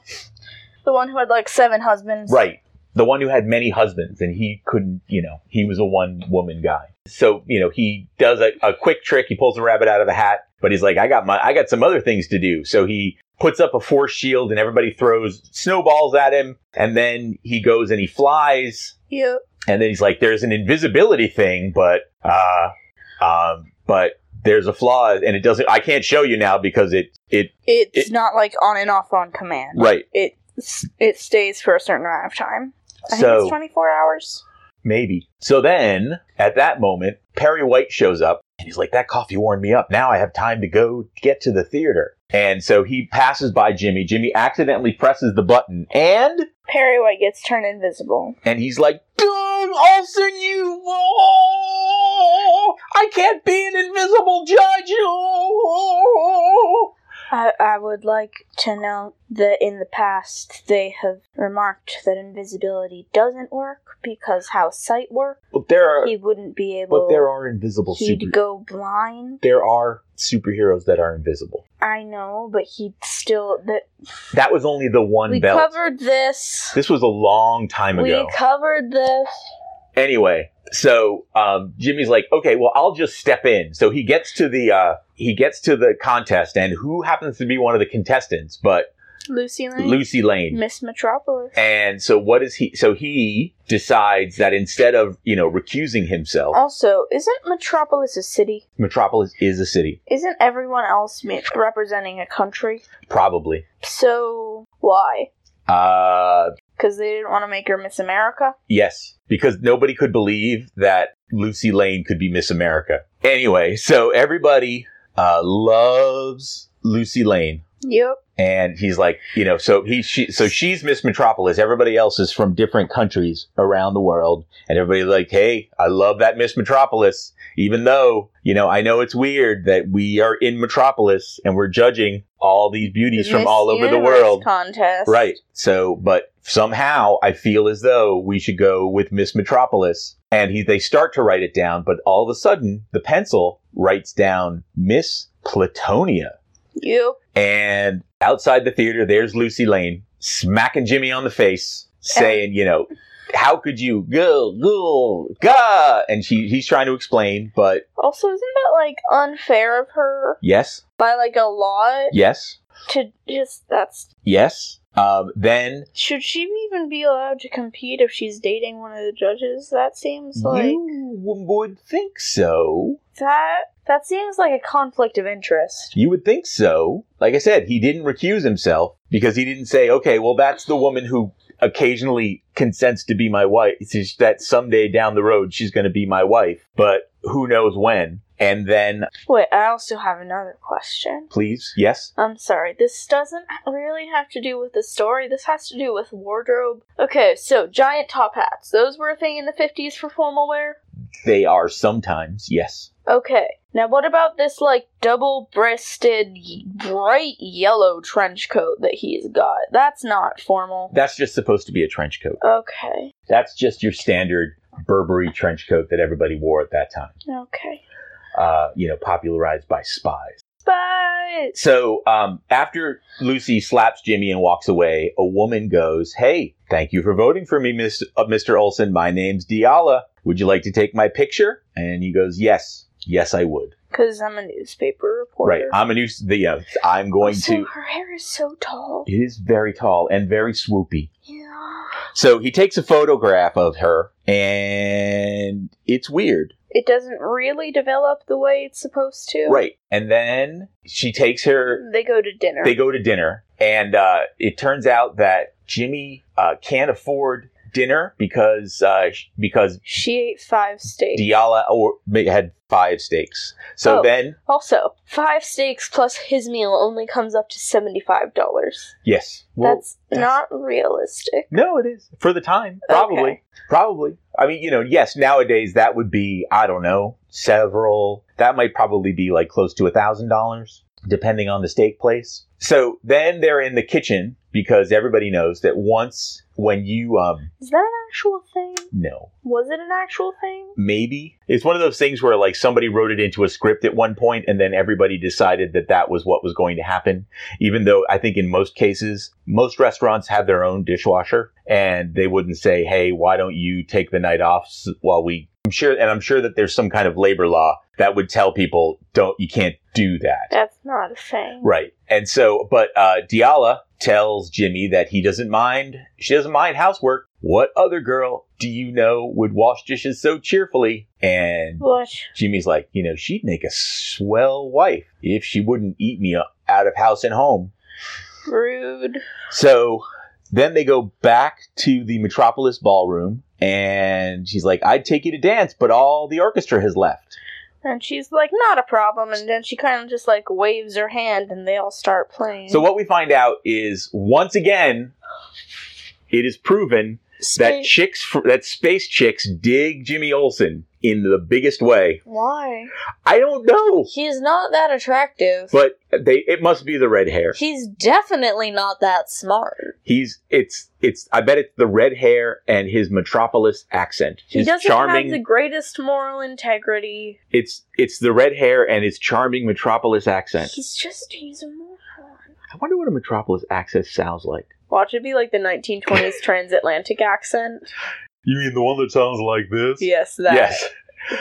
Speaker 5: The one who had like seven husbands.
Speaker 1: Right. The one who had many husbands and he couldn't, you know, he was a one woman guy. So, you know, he does a, a quick trick. He pulls a rabbit out of a hat, but he's like, I got my, I got some other things to do. So he puts up a force shield and everybody throws snowballs at him. And then he goes and he flies.
Speaker 5: You.
Speaker 1: And then he's like, there's an invisibility thing, but, uh, um, but there's a flaw and it doesn't, I can't show you now because it, it,
Speaker 5: It's
Speaker 1: It-
Speaker 5: not like on and off on command.
Speaker 1: right.
Speaker 5: It it stays for a certain amount of time. I
Speaker 1: so
Speaker 5: think it's 24 hours.
Speaker 1: Maybe. So then, at that moment, Perry White shows up and he's like, that coffee warmed me up. Now I have time to go get to the theater. And so he passes by Jimmy. Jimmy accidentally presses the button and
Speaker 2: Perry White gets turned invisible.
Speaker 1: and he's like, Doug Olsen, you, oh, I can't be an invisible judge. Oh.
Speaker 2: I, I would like to note that in the past they have remarked that invisibility doesn't work because how sight works,
Speaker 1: But there are,
Speaker 2: he wouldn't be able.
Speaker 1: but there are invisible
Speaker 2: he'd
Speaker 1: super.
Speaker 2: go blind.
Speaker 1: there are superheroes that are invisible.
Speaker 2: I know, but he'd still. That
Speaker 1: That was only the one
Speaker 2: we
Speaker 1: belt.
Speaker 2: covered this.
Speaker 1: this was a long time
Speaker 2: We
Speaker 1: ago.
Speaker 2: covered this.
Speaker 1: anyway so um, jimmy's like okay well i'll just step in so he gets to the uh, he gets to the contest and who happens to be one of the contestants but
Speaker 2: Lucy Lane,
Speaker 1: lucy lane
Speaker 2: Miss Metropolis.
Speaker 1: and so what is he so he decides that instead of you know recusing himself
Speaker 2: Also, isn't Metropolis a city?
Speaker 1: metropolis is a city
Speaker 2: Isn't everyone else me- representing a country?
Speaker 1: probably
Speaker 2: So why?
Speaker 1: uh
Speaker 2: Because they didn't want to make her Miss America.
Speaker 1: yes because nobody could believe that lucy lane could be miss america anyway so everybody uh loves lucy lane
Speaker 2: Yep.
Speaker 1: and he's like, you know, so he she so she's Miss Metropolis. Everybody else is from different countries around the world, and everybody's like, hey, I love that Miss Metropolis, even though you know I know it's weird that we are in Metropolis and we're judging all these beauties from
Speaker 2: Miss
Speaker 1: all over the
Speaker 2: Universe
Speaker 1: world,
Speaker 2: Contest.
Speaker 1: right? So, but somehow I feel as though we should go with Miss Metropolis, and he they start to write it down, but all of a sudden the pencil writes down Miss Platonia.
Speaker 2: Yep.
Speaker 1: And outside the theater, there's Lucy Lane smacking Jimmy on the face, saying, you know, how could you go, go, go? And she, he's trying to explain, but
Speaker 2: Also, isn't that like unfair of her
Speaker 1: yes,
Speaker 2: by like a lot
Speaker 1: yes,
Speaker 2: to just that's
Speaker 1: yes. Um, then
Speaker 2: should she even be allowed to compete if she's dating one of the judges? That seems like
Speaker 1: you would think so.
Speaker 2: that that seems like a conflict of interest.
Speaker 1: You would think so. Like I said, he didn't recuse himself because he didn't say, okay, well, that's the woman who occasionally consents to be my wife. It's just that someday down the road, she's going to be my wife, but who knows when. And then,
Speaker 2: Wait, I also have another question.
Speaker 1: please, yes,
Speaker 2: I'm sorry, this doesn't really have to do with the story. This has to do with wardrobe. Okay, so giant top hats. Those were a thing in the 50s for formal wear?
Speaker 1: they are sometimes, yes.
Speaker 2: Okay. Now, what about this, like, double breasted, bright yellow trench coat that he's got? That's not formal.
Speaker 1: That's just supposed to be a trench coat.
Speaker 2: Okay.
Speaker 1: That's just your standard Burberry trench coat that everybody wore at that time,
Speaker 2: Okay.
Speaker 1: uh, you know, popularized by spies.
Speaker 2: But.
Speaker 1: So um, after Lucy slaps Jimmy and walks away, a woman goes, Hey, thank you for voting for me, Miss, uh, Mr. Olson. My name's Diala. Would you like to take my picture? And he goes, Yes. Yes, I would.
Speaker 2: Because I'm a newspaper
Speaker 1: Right.
Speaker 2: reporter.
Speaker 1: I'm a new, the, uh, I'm going
Speaker 2: So
Speaker 1: to.
Speaker 2: her hair is so tall.
Speaker 1: It is very tall and very swoopy.
Speaker 2: Yeah.
Speaker 1: So he takes a photograph of her, and it's weird.
Speaker 2: It doesn't really develop the way it's supposed to.
Speaker 1: Right. And then she takes her,
Speaker 2: They go to dinner.
Speaker 1: they go to dinner, and uh, it turns out that Jimmy uh, can't afford dinner because uh, sh- because
Speaker 2: She ate five steaks.
Speaker 1: Diala or, had five steaks. So
Speaker 2: Oh.
Speaker 1: then,
Speaker 2: also, five steaks plus his meal only comes up to seventy-five dollars.
Speaker 1: yes.
Speaker 2: that's, not realistic.
Speaker 1: No, it is. For the time, probably.
Speaker 2: Okay.
Speaker 1: Probably. I mean, you know, yes, nowadays that would be, I don't know, several. That might probably be like close to a $1,000, depending on the steak place. So then they're in the kitchen because everybody knows that once when you, um,
Speaker 2: Is that an actual thing?
Speaker 1: no,
Speaker 2: Was it an actual thing?
Speaker 1: maybe. It's one of those things where like somebody wrote it into a script at one point and then everybody decided that that was what was going to happen. Even though I think in most cases, most restaurants have their own dishwasher and they wouldn't say, hey, why don't you take the night off s- while we. I'm sure, and I'm sure that there's some kind of labor law that would tell people, don't, you can't do that.
Speaker 2: That's not a thing.
Speaker 1: Right. And so, but uh, Diala tells Jimmy that he doesn't mind. She doesn't mind housework. What other girl do you know would wash dishes so cheerfully? And
Speaker 2: What?
Speaker 1: Jimmy's like, you know, she'd make a swell wife uh, if she wouldn't eat me out of house and home.
Speaker 2: Rude.
Speaker 1: So Then they go back to the Metropolis Ballroom, and she's like, I'd take you to dance, but all the orchestra has left.
Speaker 2: And she's like, not a problem. And then she kind of just like waves her hand and they all start playing.
Speaker 1: So, what we find out is once again, it is proven that
Speaker 2: Space-
Speaker 1: chicks, fr- that space chicks dig Jimmy Olsen in the biggest way.
Speaker 2: Why?
Speaker 1: I don't know,
Speaker 2: He's not that attractive.
Speaker 1: but they, it must be the red hair.
Speaker 2: He's definitely not that smart.
Speaker 1: He's, it's, it's, I bet it's the red hair and his metropolis accent.
Speaker 2: He
Speaker 1: His
Speaker 2: doesn't
Speaker 1: charming,
Speaker 2: have the greatest moral integrity.
Speaker 1: it's, it's the red hair and his charming metropolis accent.
Speaker 2: He's just, he's a moron.
Speaker 1: I wonder what a metropolis accent sounds like.
Speaker 2: Watch it be like
Speaker 1: (laughs)
Speaker 2: the 1920s transatlantic accent.
Speaker 1: You mean the one that sounds like this?
Speaker 2: Yes, that.
Speaker 1: Yes.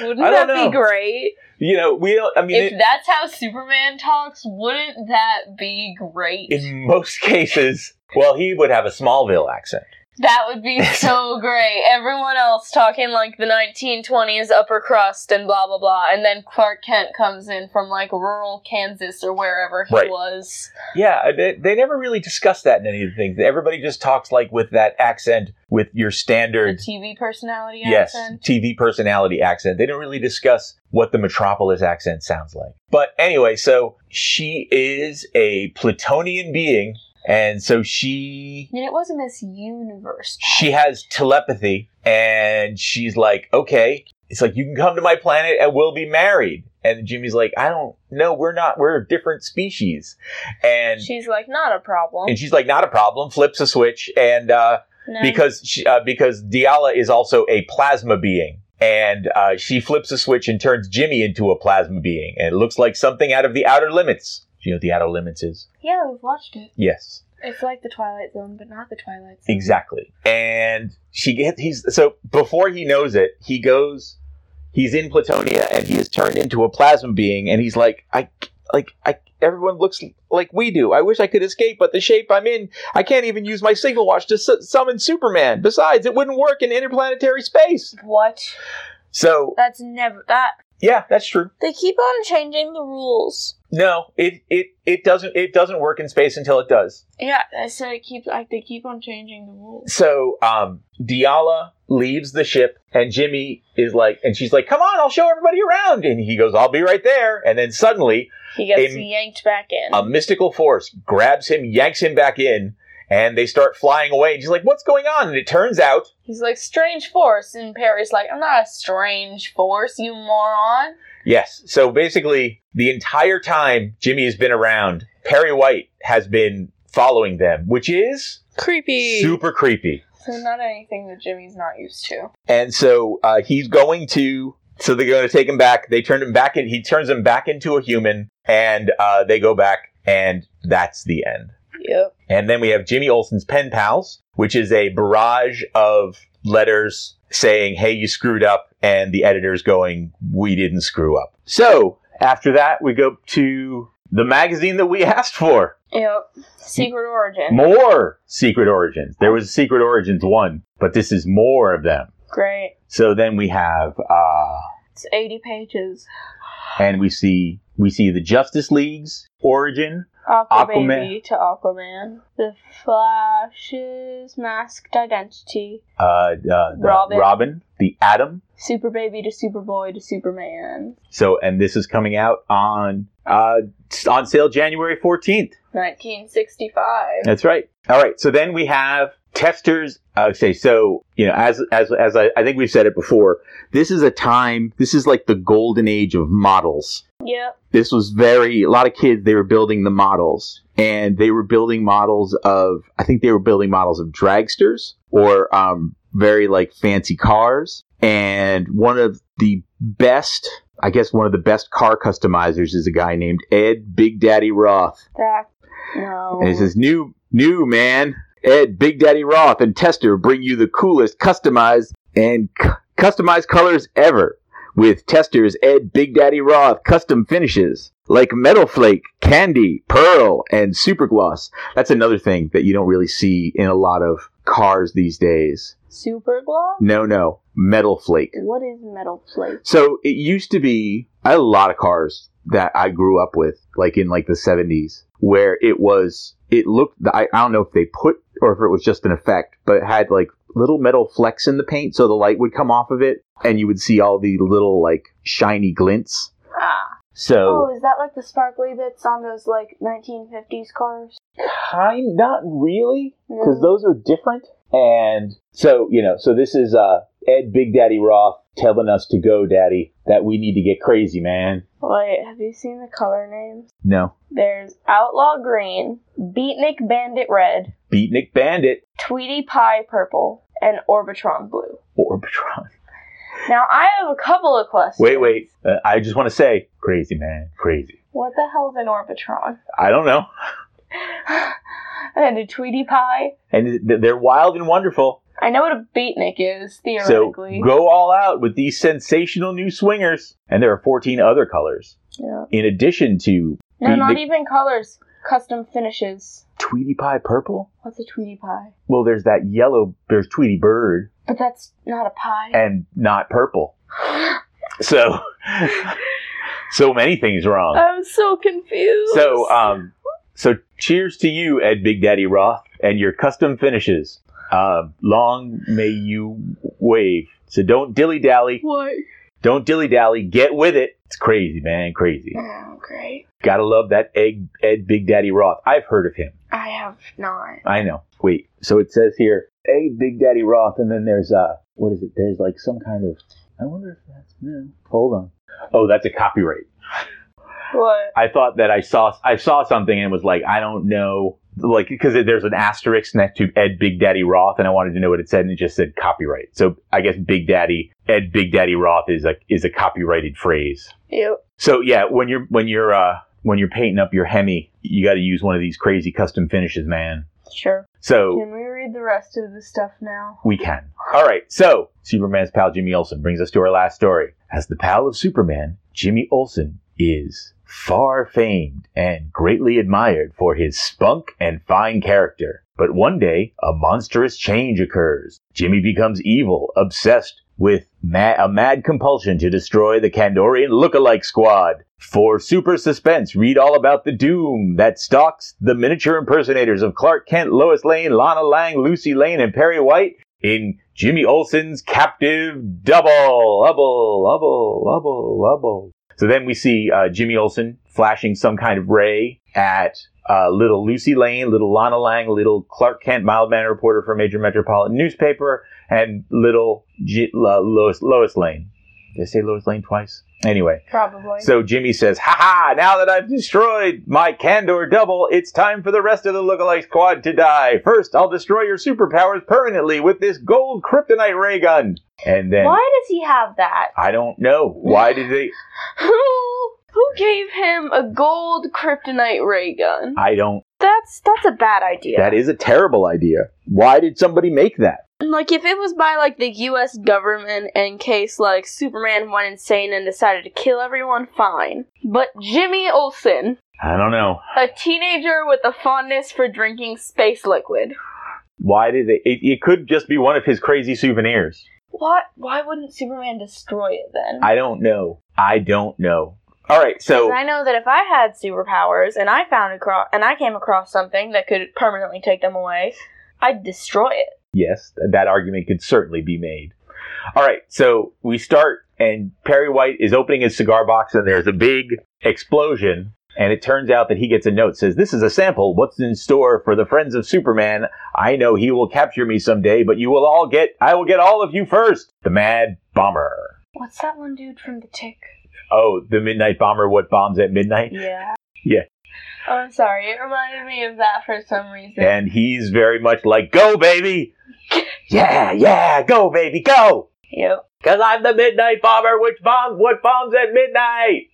Speaker 2: Wouldn't
Speaker 1: I
Speaker 2: that
Speaker 1: don't
Speaker 2: be
Speaker 1: know.
Speaker 2: great?
Speaker 1: You know, we don't, I mean,
Speaker 3: If
Speaker 1: it-
Speaker 3: that's how Superman talks, wouldn't that be great?
Speaker 1: in most (laughs) cases, well, he would have a Smallville accent.
Speaker 3: That would
Speaker 1: (laughs)
Speaker 3: be so great. Everyone else talking like the 1920s upper crust and blah blah blah, and then Clark Kent comes in from like rural Kansas or wherever he
Speaker 1: Right.
Speaker 3: was.
Speaker 1: Yeah, uh, they, they never really discuss that in any of the things. Everybody just talks like with that accent, with your
Speaker 3: The
Speaker 1: standard,
Speaker 3: TV personality
Speaker 1: yes,
Speaker 3: accent.
Speaker 1: TV personality accent. They don't really discuss what the metropolis accent sounds like. But anyway, so she is a Plutonian being, and so she
Speaker 3: And it was a Miss Universe.
Speaker 1: she has telepathy and she's like, okay, it's like, you can come to my planet and we'll be married. And Jimmy's like, I don't know. We're not, we're a different species. And,
Speaker 3: She's like not a problem.
Speaker 1: and she's like, not a problem, flips a switch. And, uh,
Speaker 3: No.
Speaker 1: because she, uh, because Diala is also a plasma being. And uh, she flips a switch and turns Jimmy into a plasma being. And it looks like something out of the Outer Limits. Do you know what the Outer Limits is?
Speaker 3: yeah, we've watched it.
Speaker 1: Yes.
Speaker 3: It's like the Twilight Zone, but not the Twilight Zone.
Speaker 1: Exactly. And she gets he's so before he knows it, he goes he's in Platonia and he is turned into a plasma being and he's like I like I everyone looks like we do. I wish I could escape, but the shape I'm in, I can't even use my signal watch to su- summon Superman. Besides, it wouldn't work in interplanetary space.
Speaker 3: What?
Speaker 1: So,
Speaker 3: That's never that.
Speaker 1: yeah, that's true.
Speaker 2: They keep on changing the rules.
Speaker 1: No, it it it doesn't it doesn't work in space until it does.
Speaker 3: Yeah, I said it keeps like they keep on changing the rules.
Speaker 1: So um Diala leaves the ship and Jimmy is like and she's like, Come on, I'll show everybody around and he goes, I'll be right there and then suddenly
Speaker 3: He gets
Speaker 1: Um,
Speaker 3: yanked back in.
Speaker 1: a mystical force grabs him, yanks him back in, and they start flying away and she's like, What's going on? And it turns out
Speaker 3: He's like, strange force. And Perry's like, I'm not a strange force, you moron.
Speaker 1: Yes. So basically the entire time Jimmy has been around, Perry White has been following them, which is
Speaker 2: Creepy.
Speaker 1: super creepy.
Speaker 3: So, not anything that Jimmy's not used to.
Speaker 1: And so uh, he's going to. So they're going to take him back. They turn him back in. He turns him back into a human, and uh, they go back, and that's the end.
Speaker 2: Yep.
Speaker 1: And then we have Jimmy Olsen's pen pals, which is a barrage of letters saying, "Hey, you screwed up," and the editor's going, "We didn't screw up." So after that, we go to the magazine that we (laughs) asked for.
Speaker 3: Yep. Secret Origin.
Speaker 1: More Secret Origins. There was Secret Origins one, but this is more of them.
Speaker 3: Great.
Speaker 1: So then we have. Uh,
Speaker 3: It's 80 pages.
Speaker 1: and we see we see the Justice League's origin.
Speaker 3: Aquaman.
Speaker 1: Aquaman.
Speaker 3: Baby to Aquaman. The Flash's masked identity.
Speaker 1: Uh, uh, the
Speaker 3: Robin.
Speaker 1: the Atom.
Speaker 3: Super Baby to Superboy to Superman.
Speaker 1: So, and this is coming out on uh, it's on sale January fourteenth.
Speaker 3: 1965.
Speaker 1: That's right. All right. So then we have testers. Uh, say so. You know, as as as I, I think we've said it before. This is a time. This is like the golden age of models.
Speaker 3: Yep.
Speaker 1: this was very a lot of kids they were building the models and they were building models of i think they were building models of dragsters or um, very like fancy cars and one of the best i guess one of the best car customizers is a guy named ed big daddy roth
Speaker 3: That. No.
Speaker 1: and he says new new man ed big daddy roth and tester bring you the coolest customized and cu- customized colors ever with testers ed big daddy roth custom finishes like metal flake candy pearl and super gloss that's another thing that you don't really see in a lot of cars these days
Speaker 3: Super Glove?
Speaker 1: no no metal flake
Speaker 3: What is metal plate?
Speaker 1: so it used to be I had a lot of cars that I grew up with, like in like the seventies, where it was
Speaker 6: it looked I, I don't know if they put or if it was just an effect but it had like little metal flecks in the paint so the light would come off of it and you would see all the little like shiny glints
Speaker 2: Ah.
Speaker 6: so
Speaker 3: Oh, is that like the sparkly bits on those like 1950s cars?
Speaker 1: kind not really because
Speaker 3: No.
Speaker 1: those are different and so you know so this is uh ed big daddy roth telling us to go daddy that we need to get crazy man
Speaker 2: Wait, have you seen the color names?
Speaker 6: no
Speaker 2: There's Outlaw Green, Beatnik Bandit Red,
Speaker 1: beatnik bandit
Speaker 2: Tweety Pie Purple, and Orbitron Blue.
Speaker 1: orbitron
Speaker 2: Now I have a couple of questions.
Speaker 1: wait wait uh, i just want to say crazy man crazy
Speaker 2: What the hell is an Orbitron?
Speaker 1: i don't know
Speaker 2: and a Tweety Pie?
Speaker 1: and th- they're wild and wonderful
Speaker 2: I know what a beatnik is,
Speaker 1: so
Speaker 2: theoretically.
Speaker 1: go all out with these sensational new swingers and there are 14 other colors
Speaker 2: yeah.
Speaker 1: in addition to
Speaker 2: No, not
Speaker 1: Beatnik-
Speaker 2: even colors. Custom finishes.
Speaker 1: tweety pie purple
Speaker 2: What's a Tweety Pie?
Speaker 1: well there's that yellow there's tweety bird
Speaker 2: But that's not a pie.
Speaker 1: and not purple Eh.
Speaker 2: (laughs)
Speaker 1: So, (laughs) so many things wrong.
Speaker 2: I'm so confused.
Speaker 1: So, um, so cheers to you, Ed Big Daddy Roth, and your custom finishes. Uh, long may you wave. So don't dilly dally.
Speaker 2: what?
Speaker 1: Don't dilly dally. Get with it. It's crazy, man. Crazy.
Speaker 2: Oh, great.
Speaker 1: Gotta love that egg, Ed Big Daddy Roth. I've heard of him.
Speaker 2: I have not.
Speaker 1: I know. Wait. So it says here, Ed Big Daddy Roth, and then there's uh, what is it? There's like some kind of. I wonder if that's no. Hold on. Oh, that's a copyright.
Speaker 2: What?
Speaker 1: I thought that I saw I saw something and was like, I don't know, like because there's an asterisk next to Ed Big Daddy Roth, and I wanted to know what it said, and it just said copyright. So I guess Big Daddy Ed Big Daddy Roth is a is a copyrighted phrase.
Speaker 2: Yep.
Speaker 1: So yeah, when you're when you're uh, when you're painting up your Hemi, you got to use one of these crazy custom finishes, man.
Speaker 2: Sure.
Speaker 1: So
Speaker 2: Can we read the rest of the stuff now?
Speaker 1: we can. All right. So Superman's pal Jimmy Olsen brings us to our last story. As the pal of Superman, Jimmy Olsen is far famed and greatly admired for his spunk and fine character. But one day, a monstrous change occurs. Jimmy becomes evil, obsessed with ma- a mad compulsion to destroy the Kandorian lookalike squad. For super suspense, read all about the doom that stalks the miniature impersonators of Clark Kent, Lois Lane, Lana Lang, Lucy Lane, and Perry White in Jimmy Olsen's Captive Double. Double, double, double, double. So then we see uh, Jimmy Olsen flashing some kind of ray at uh, little Lucy Lane, little Lana Lang, little Clark Kent, mild manner reporter for a major metropolitan newspaper, and little J- Lo- Lois, Lois Lane. Did I say Lois Lane twice? Anyway,
Speaker 2: Probably.
Speaker 1: so Jimmy says, "Ha ha! Now that I've destroyed my Candor double, it's time for the rest of the lookalike squad to die. First, I'll destroy your superpowers permanently with this gold kryptonite ray gun, and then
Speaker 2: Why does he have that?
Speaker 1: I don't know why did they.
Speaker 2: (laughs) Who who gave him a gold kryptonite ray gun?
Speaker 1: I don't.
Speaker 2: That's that's a bad idea.
Speaker 1: That is a terrible idea. Why did somebody make that?
Speaker 2: Like if it was by like the U.S. government in case like Superman went insane and decided to kill everyone, fine. But Jimmy Olsen,
Speaker 1: I don't know.
Speaker 2: a teenager with a fondness for drinking space liquid,
Speaker 1: Why did they? It, it could just be one of his crazy souvenirs.
Speaker 2: why why wouldn't Superman destroy it then?
Speaker 1: I don't know. I don't know. All right, so
Speaker 2: Because I know that if I had superpowers and I found across and I came across something that could permanently take them away, I'd destroy it.
Speaker 1: Yes, th- that argument could certainly be made. All right, so we start, and Perry White is opening his cigar box, and there's a big explosion. And it turns out that he gets a note says, "This is a sample. What's in store for the friends of Superman? I know he will capture me someday, but you will all get. I will get all of you first. The Mad Bomber.
Speaker 3: What's that one dude from The Tick?
Speaker 1: Oh, the Midnight Bomber. What bombs at midnight?
Speaker 3: Yeah.
Speaker 1: Yeah.
Speaker 3: Oh, I'm sorry. It reminded me of that for some reason.
Speaker 1: And he's very much like, "Go, baby. Yeah, yeah, go, baby, go."
Speaker 3: Yep.
Speaker 1: Cause I'm the midnight bomber, which bombs what bombs at midnight.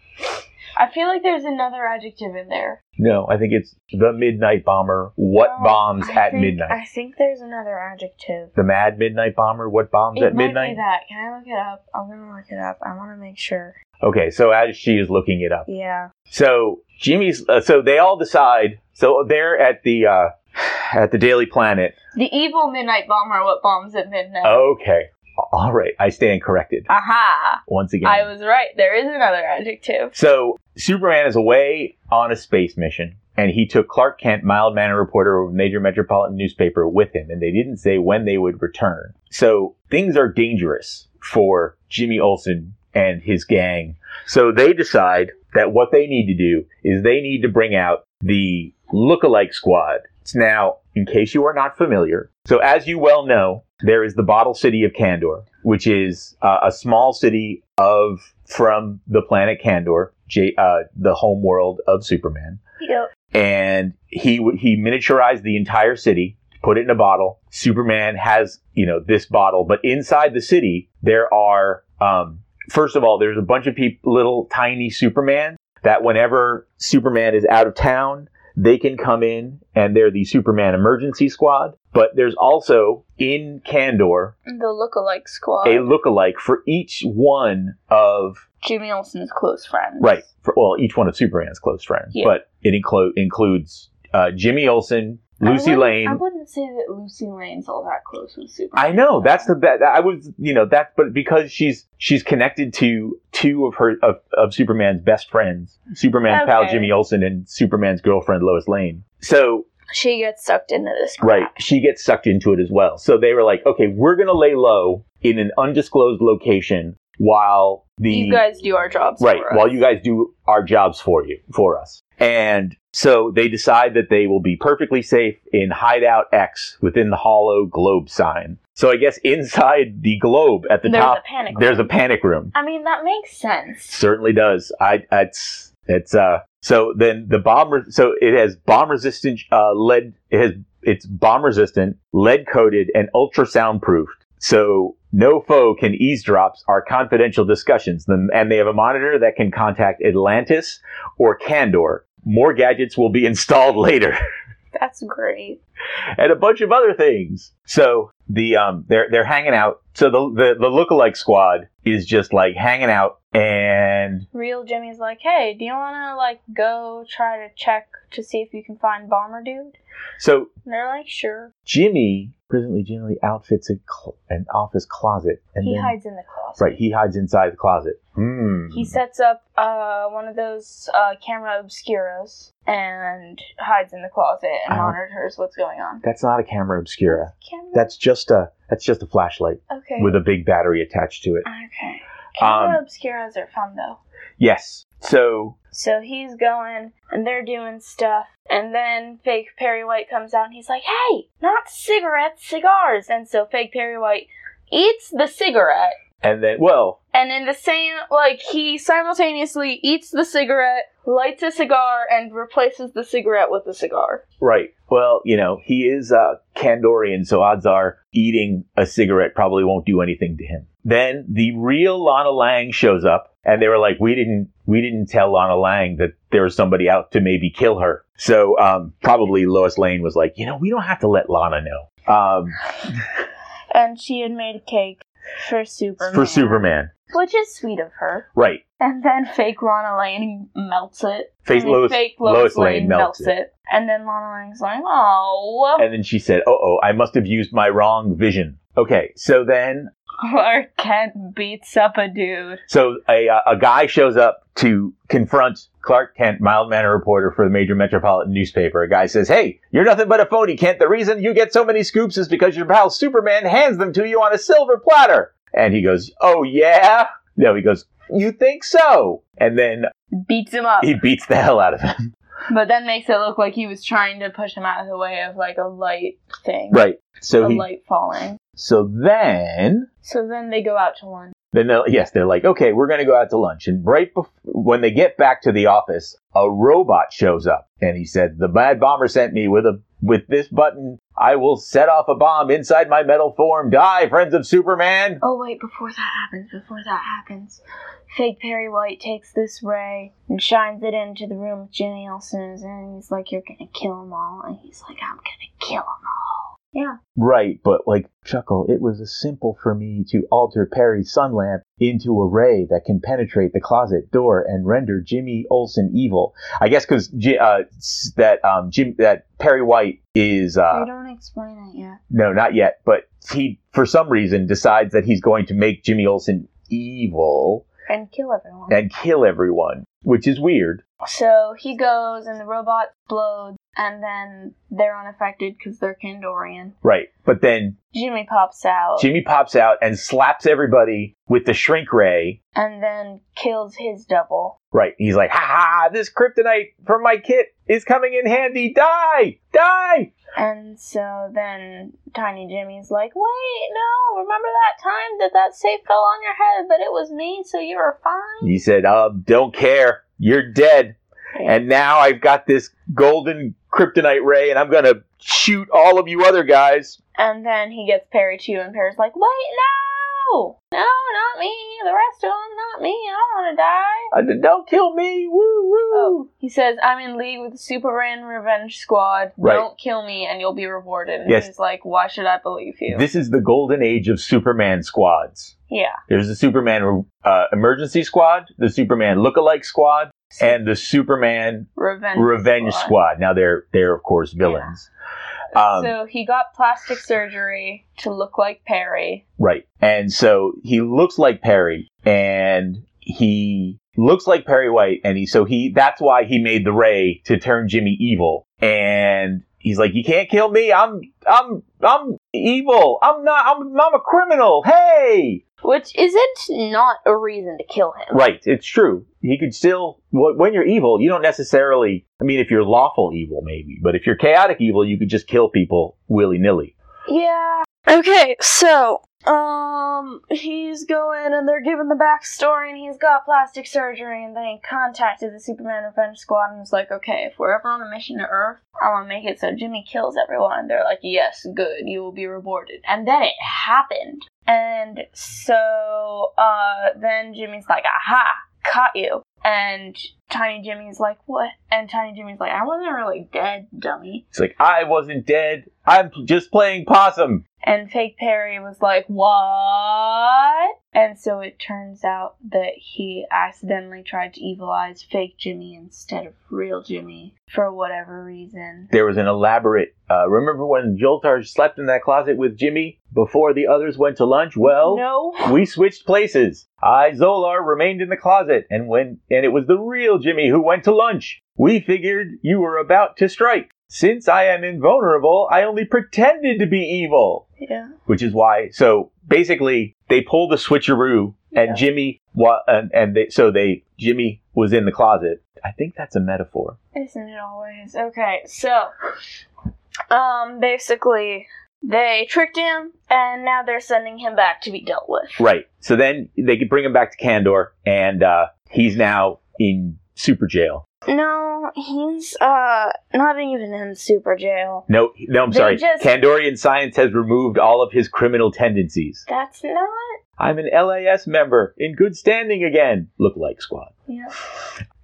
Speaker 3: I feel like there's another adjective in there.
Speaker 1: No, I think it's the midnight bomber, what
Speaker 3: No,
Speaker 1: bombs
Speaker 3: Oh, I
Speaker 1: at
Speaker 3: think-
Speaker 1: midnight.
Speaker 3: I think there's another adjective.
Speaker 1: the mad midnight bomber, what bombs
Speaker 3: it
Speaker 1: at
Speaker 3: might
Speaker 1: midnight.
Speaker 3: be that. Can I look it up? I'm gonna look it up. I want to make sure.
Speaker 1: Okay, so as she is looking it up,
Speaker 3: Yeah.
Speaker 1: so Jimmy's, uh, so they all decide. So they're at the uh, (sighs) at the Daily Planet.
Speaker 2: Oh.
Speaker 3: The evil midnight bomber. What bombs at midnight?
Speaker 1: Okay, All right, I stand corrected
Speaker 2: Aha!
Speaker 1: once again.
Speaker 2: I was right. There is another adjective.
Speaker 1: So Superman is away on a space mission, and he took Clark Kent, mild mannered reporter of a major metropolitan newspaper, with him, and they didn't say when they would return. So things are dangerous for Jimmy Olsen and his gang. So they decide that what they need to do is they need to bring out the lookalike squad. It's Now, in case you are not familiar, so as you well know, there is the bottle city of Kandor, which is uh, a small city of from the planet Kandor, J, uh, the home world of Superman,
Speaker 7: Yep.
Speaker 1: and he w- he miniaturized the entire city, put it in a bottle. Superman has you know this bottle, but inside the city there are um, first of all there's a bunch of people, little tiny Superman that whenever Superman is out of town, they can come in and they're the Superman emergency squad. But there's also in Kandor
Speaker 2: The lookalike squad.
Speaker 1: a lookalike for each one of
Speaker 2: Jimmy Olsen's close friend.
Speaker 1: Right. For, well, each one of Superman's close friends,
Speaker 2: Yeah.
Speaker 1: but it include includes uh, Jimmy Olsen, Lucy
Speaker 2: I wouldn't-
Speaker 1: Lane.
Speaker 2: I wouldn't say that Lucy Lane's all that close with Superman.
Speaker 1: I know that's the that I was you know that, but because she's she's connected to two of her of, of Superman's best friends, Superman's pal
Speaker 2: Okay.
Speaker 1: Jimmy Olsen and Superman's girlfriend Lois Lane. So
Speaker 7: She gets sucked into this. crap.
Speaker 1: right, she gets sucked into it as well. So they were like, okay, we're gonna lay low in an undisclosed location while the
Speaker 2: You guys do our jobs.
Speaker 1: right
Speaker 2: for us.
Speaker 1: while you guys do our jobs for you for us and so they decide that they will be perfectly safe in hideout x within the hollow globe sign so i guess inside the globe at the
Speaker 2: There's
Speaker 1: top
Speaker 2: a panic.
Speaker 1: there's a panic room
Speaker 2: I mean, that makes sense.
Speaker 1: certainly does i it's it's uh so then the bomb re- so it has bomb resistant uh lead it has it's bomb resistant lead coated and ultrasound proofed so no foe can eavesdrop our confidential discussions, Them- and they have a monitor that can contact Atlantis or Candor. More gadgets will be installed (laughs) later,
Speaker 7: That's great.
Speaker 1: and a bunch of other things. So the um, they're they're hanging out. So the the, the lookalike squad is just like hanging out, and
Speaker 2: Real Jimmy's like, hey, do you want to, like, go try to check to see if you can find Bomber Dude?
Speaker 1: so
Speaker 2: And they're like, sure.
Speaker 1: Jimmy presently generally outfits a cl- an office closet, and
Speaker 2: he
Speaker 1: then
Speaker 2: hides in the closet.
Speaker 1: right he hides inside the closet. Hmm.
Speaker 2: He sets up uh, one of those uh, camera obscuras and hides in the closet and
Speaker 1: I don't-
Speaker 2: monitors what's going on.
Speaker 1: That's not a camera obscura.
Speaker 2: Camera?
Speaker 1: That's just a that's just a flashlight.
Speaker 2: okay.
Speaker 1: with a Um, big battery attached to it.
Speaker 2: okay. Camera obscuras are fun, though.
Speaker 1: Yes. So
Speaker 2: So he's going, and they're doing stuff, and then fake Perry White comes out, and he's like, "Hey, not cigarettes, cigars!" And so fake Perry White eats the cigarette,
Speaker 1: and then well,
Speaker 2: and in the same like he simultaneously eats the cigarette, lights a cigar, and replaces the cigarette with a cigar.
Speaker 1: right. Well, you know, he is uh Kandorian, so odds are eating a cigarette probably won't do anything to him. Then the real Lana Lang shows up and they were like, We didn't we didn't tell Lana Lang that there was somebody out to maybe kill her. So um probably Lois Lane was like, you know, we don't have to let Lana know. Um
Speaker 2: And she had made a cake for Superman,
Speaker 1: for Superman.
Speaker 2: which is sweet of her.
Speaker 1: Right.
Speaker 2: And then fake Lana Lane melts it.
Speaker 1: Face
Speaker 2: I mean,
Speaker 1: Lois,
Speaker 2: fake
Speaker 1: Lois Lane melts it.
Speaker 2: And then Lana Lang's like, "Oh."
Speaker 1: And then she said, Uh oh, I must have used my wrong vision. Okay, so then
Speaker 2: (laughs) Clark Kent beats up a dude.
Speaker 1: So a, uh, a guy shows up to confront Clark Kent, mild mannered reporter for the major metropolitan newspaper. A guy says, "Hey, you're nothing but a phony, Kent. The reason you get so many scoops is because your pal Superman hands them to you on a silver platter." And he goes, "Oh yeah." No, he goes, "You think so?" And then
Speaker 2: Beats him up,
Speaker 1: he beats the hell out of him. (laughs)
Speaker 2: but then makes it look like he was trying to push him out of the way of like a light thing,
Speaker 1: Right.
Speaker 2: a
Speaker 1: So he.
Speaker 2: light falling.
Speaker 1: So then.
Speaker 2: So then they go out to lunch.
Speaker 1: Then they'll, yes, they're like, okay, we're going to go out to lunch. And right bef- when they get back to the office, a robot shows up and he said, the bad bomber sent me with a, with this button, I will set off a bomb inside my metal form. Die, friends of Superman.
Speaker 2: Oh wait, before that happens, before that happens, fake Perry White takes this ray and shines it into the room with Jimmy Olsen, and he's like, "You're gonna kill them all," and he's like, "I'm gonna kill them all." Yeah.
Speaker 1: Right, but like, chuckle, it was as simple for me to alter Perry's sun lamp into a ray that can penetrate the closet door and render Jimmy Olsen evil. I guess because uh, s- that um, Jim, that Perry White is uh,
Speaker 2: I don't explain it yet.
Speaker 1: no, not yet, but he for some reason decides that he's going to make Jimmy Olsen evil
Speaker 2: And kill everyone.
Speaker 1: and kill everyone, which is weird.
Speaker 2: So he goes, and the robot explodes, and then they're unaffected because they're Kandorian.
Speaker 1: Right, but then
Speaker 2: Jimmy pops out,
Speaker 1: Jimmy pops out and slaps everybody with the shrink ray
Speaker 2: and then kills his double.
Speaker 1: Right. He's like, ha ha, this kryptonite from my kit is coming in handy. Die! Die!
Speaker 2: And so then Tiny Jimmy's like, wait, no, remember that time that that safe fell on your head, but it was me, so you were fine?
Speaker 1: He said, um, don't care. You're dead. And now I've got this golden kryptonite ray and I'm going to shoot all of you other guys.
Speaker 2: And then he gets Perry too, and Perry's like, wait, no! No, not me! The rest of them, not me! I don't want to die!
Speaker 1: I d- don't kill me. Woo woo.
Speaker 2: Oh, he says, I'm in league with the Superman Revenge Squad.
Speaker 1: Right.
Speaker 2: Don't kill me and you'll be rewarded. And
Speaker 1: Yes.
Speaker 2: he's like, why should I believe you?
Speaker 1: This is the golden age of Superman squads.
Speaker 2: yeah.
Speaker 1: There's the Superman uh, emergency squad, the Superman lookalike squad, and the Superman
Speaker 2: Revenge,
Speaker 1: revenge squad. Now they're they're of course villains. Um,
Speaker 2: so he got plastic surgery to look like Perry.
Speaker 1: Right. And so he looks like Perry and he looks like Perry White and he so he that's why he made the ray to turn Jimmy evil. And he's like, You can't kill me, I'm I'm I'm evil. I'm not I'm I'm a criminal. Hey
Speaker 2: Which isn't not a reason to kill him.
Speaker 1: Right, it's true. He could still wh- when you're evil, you don't necessarily I mean if you're lawful evil maybe, but if you're chaotic evil, you could just kill people willy nilly.
Speaker 2: Yeah. Okay, so um he's going and they're giving the backstory and he's got plastic surgery and then he contacted the Superman Revenge Squad and was like, Okay, if we're ever on a mission to Earth, I wanna make it so Jimmy kills everyone and they're like, Yes, good, you will be rewarded. And then it happened. And so uh then Jimmy's like, Aha, caught you and Tiny Jimmy's like, What? And Tiny Jimmy's like, I wasn't really dead, dummy.
Speaker 1: It's like I wasn't dead. I'm just playing possum.
Speaker 2: And fake Perry was like, What? And so it turns out that he accidentally tried to evilize fake Jimmy instead of real Jimmy for whatever reason.
Speaker 1: There was an elaborate. Uh, remember when Joltar slept in that closet with Jimmy before the others went to lunch? Well,
Speaker 2: no.
Speaker 1: we switched places. I, Zolar, remained in the closet, and when and it was the real Jimmy who went to lunch. We figured you were about to strike. Since I am invulnerable, I only pretended to be evil,
Speaker 2: Yeah.
Speaker 1: which is why. So basically, they pulled the switcheroo, and
Speaker 2: Yeah.
Speaker 1: Jimmy wa- and, and they, so they Jimmy was in the closet. I think that's a metaphor.
Speaker 2: Isn't it always? Okay, so um basically they tricked him and now they're sending him back to be dealt with.
Speaker 1: Right. So then they could bring him back to Kandor, and uh, he's now in super jail.
Speaker 2: No, he's uh not even in super jail.
Speaker 1: No, no, I'm
Speaker 2: They
Speaker 1: sorry.
Speaker 2: just-
Speaker 1: Kandorian science has removed all of his criminal tendencies.
Speaker 2: That's not
Speaker 1: I'm an LAS member in good standing again. Look like squad.
Speaker 2: Yeah.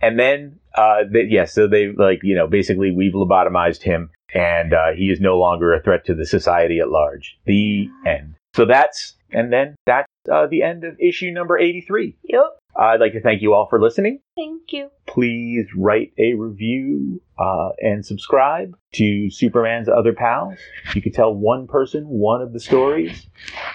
Speaker 1: And then, uh, they, yes, so they like you know basically we've lobotomized him, and uh, he is no longer a threat to the society at large. The end. So that's and then that's uh, the end of issue number 83.
Speaker 2: Yep.
Speaker 1: I'd like to thank you all for listening.
Speaker 2: Thank you.
Speaker 1: please write a review uh, and subscribe to Superman's Other Pals. You can tell one person one of the stories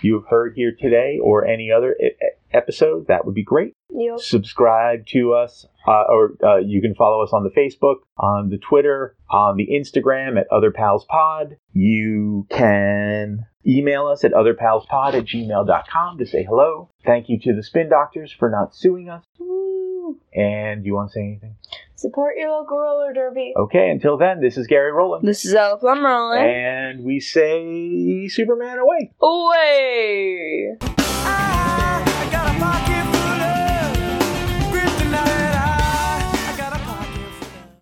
Speaker 1: you have heard here today or any other e- e- episode. That would be great.
Speaker 2: Yep.
Speaker 1: Subscribe to us, uh, or uh, you can follow us on the Facebook, on the Twitter, on the Instagram at Other Pals Pod. You can email us at otherpalspod at gmail.com to say hello. Thank you to the Spin Doctors for not suing us.
Speaker 2: Woo.
Speaker 1: And you want to say anything?
Speaker 2: Support your local roller derby.
Speaker 1: Okay, until then, this is Gary Rowland.
Speaker 2: This is Alpha. I'm rolling.
Speaker 1: And we say Superman away.
Speaker 2: Away!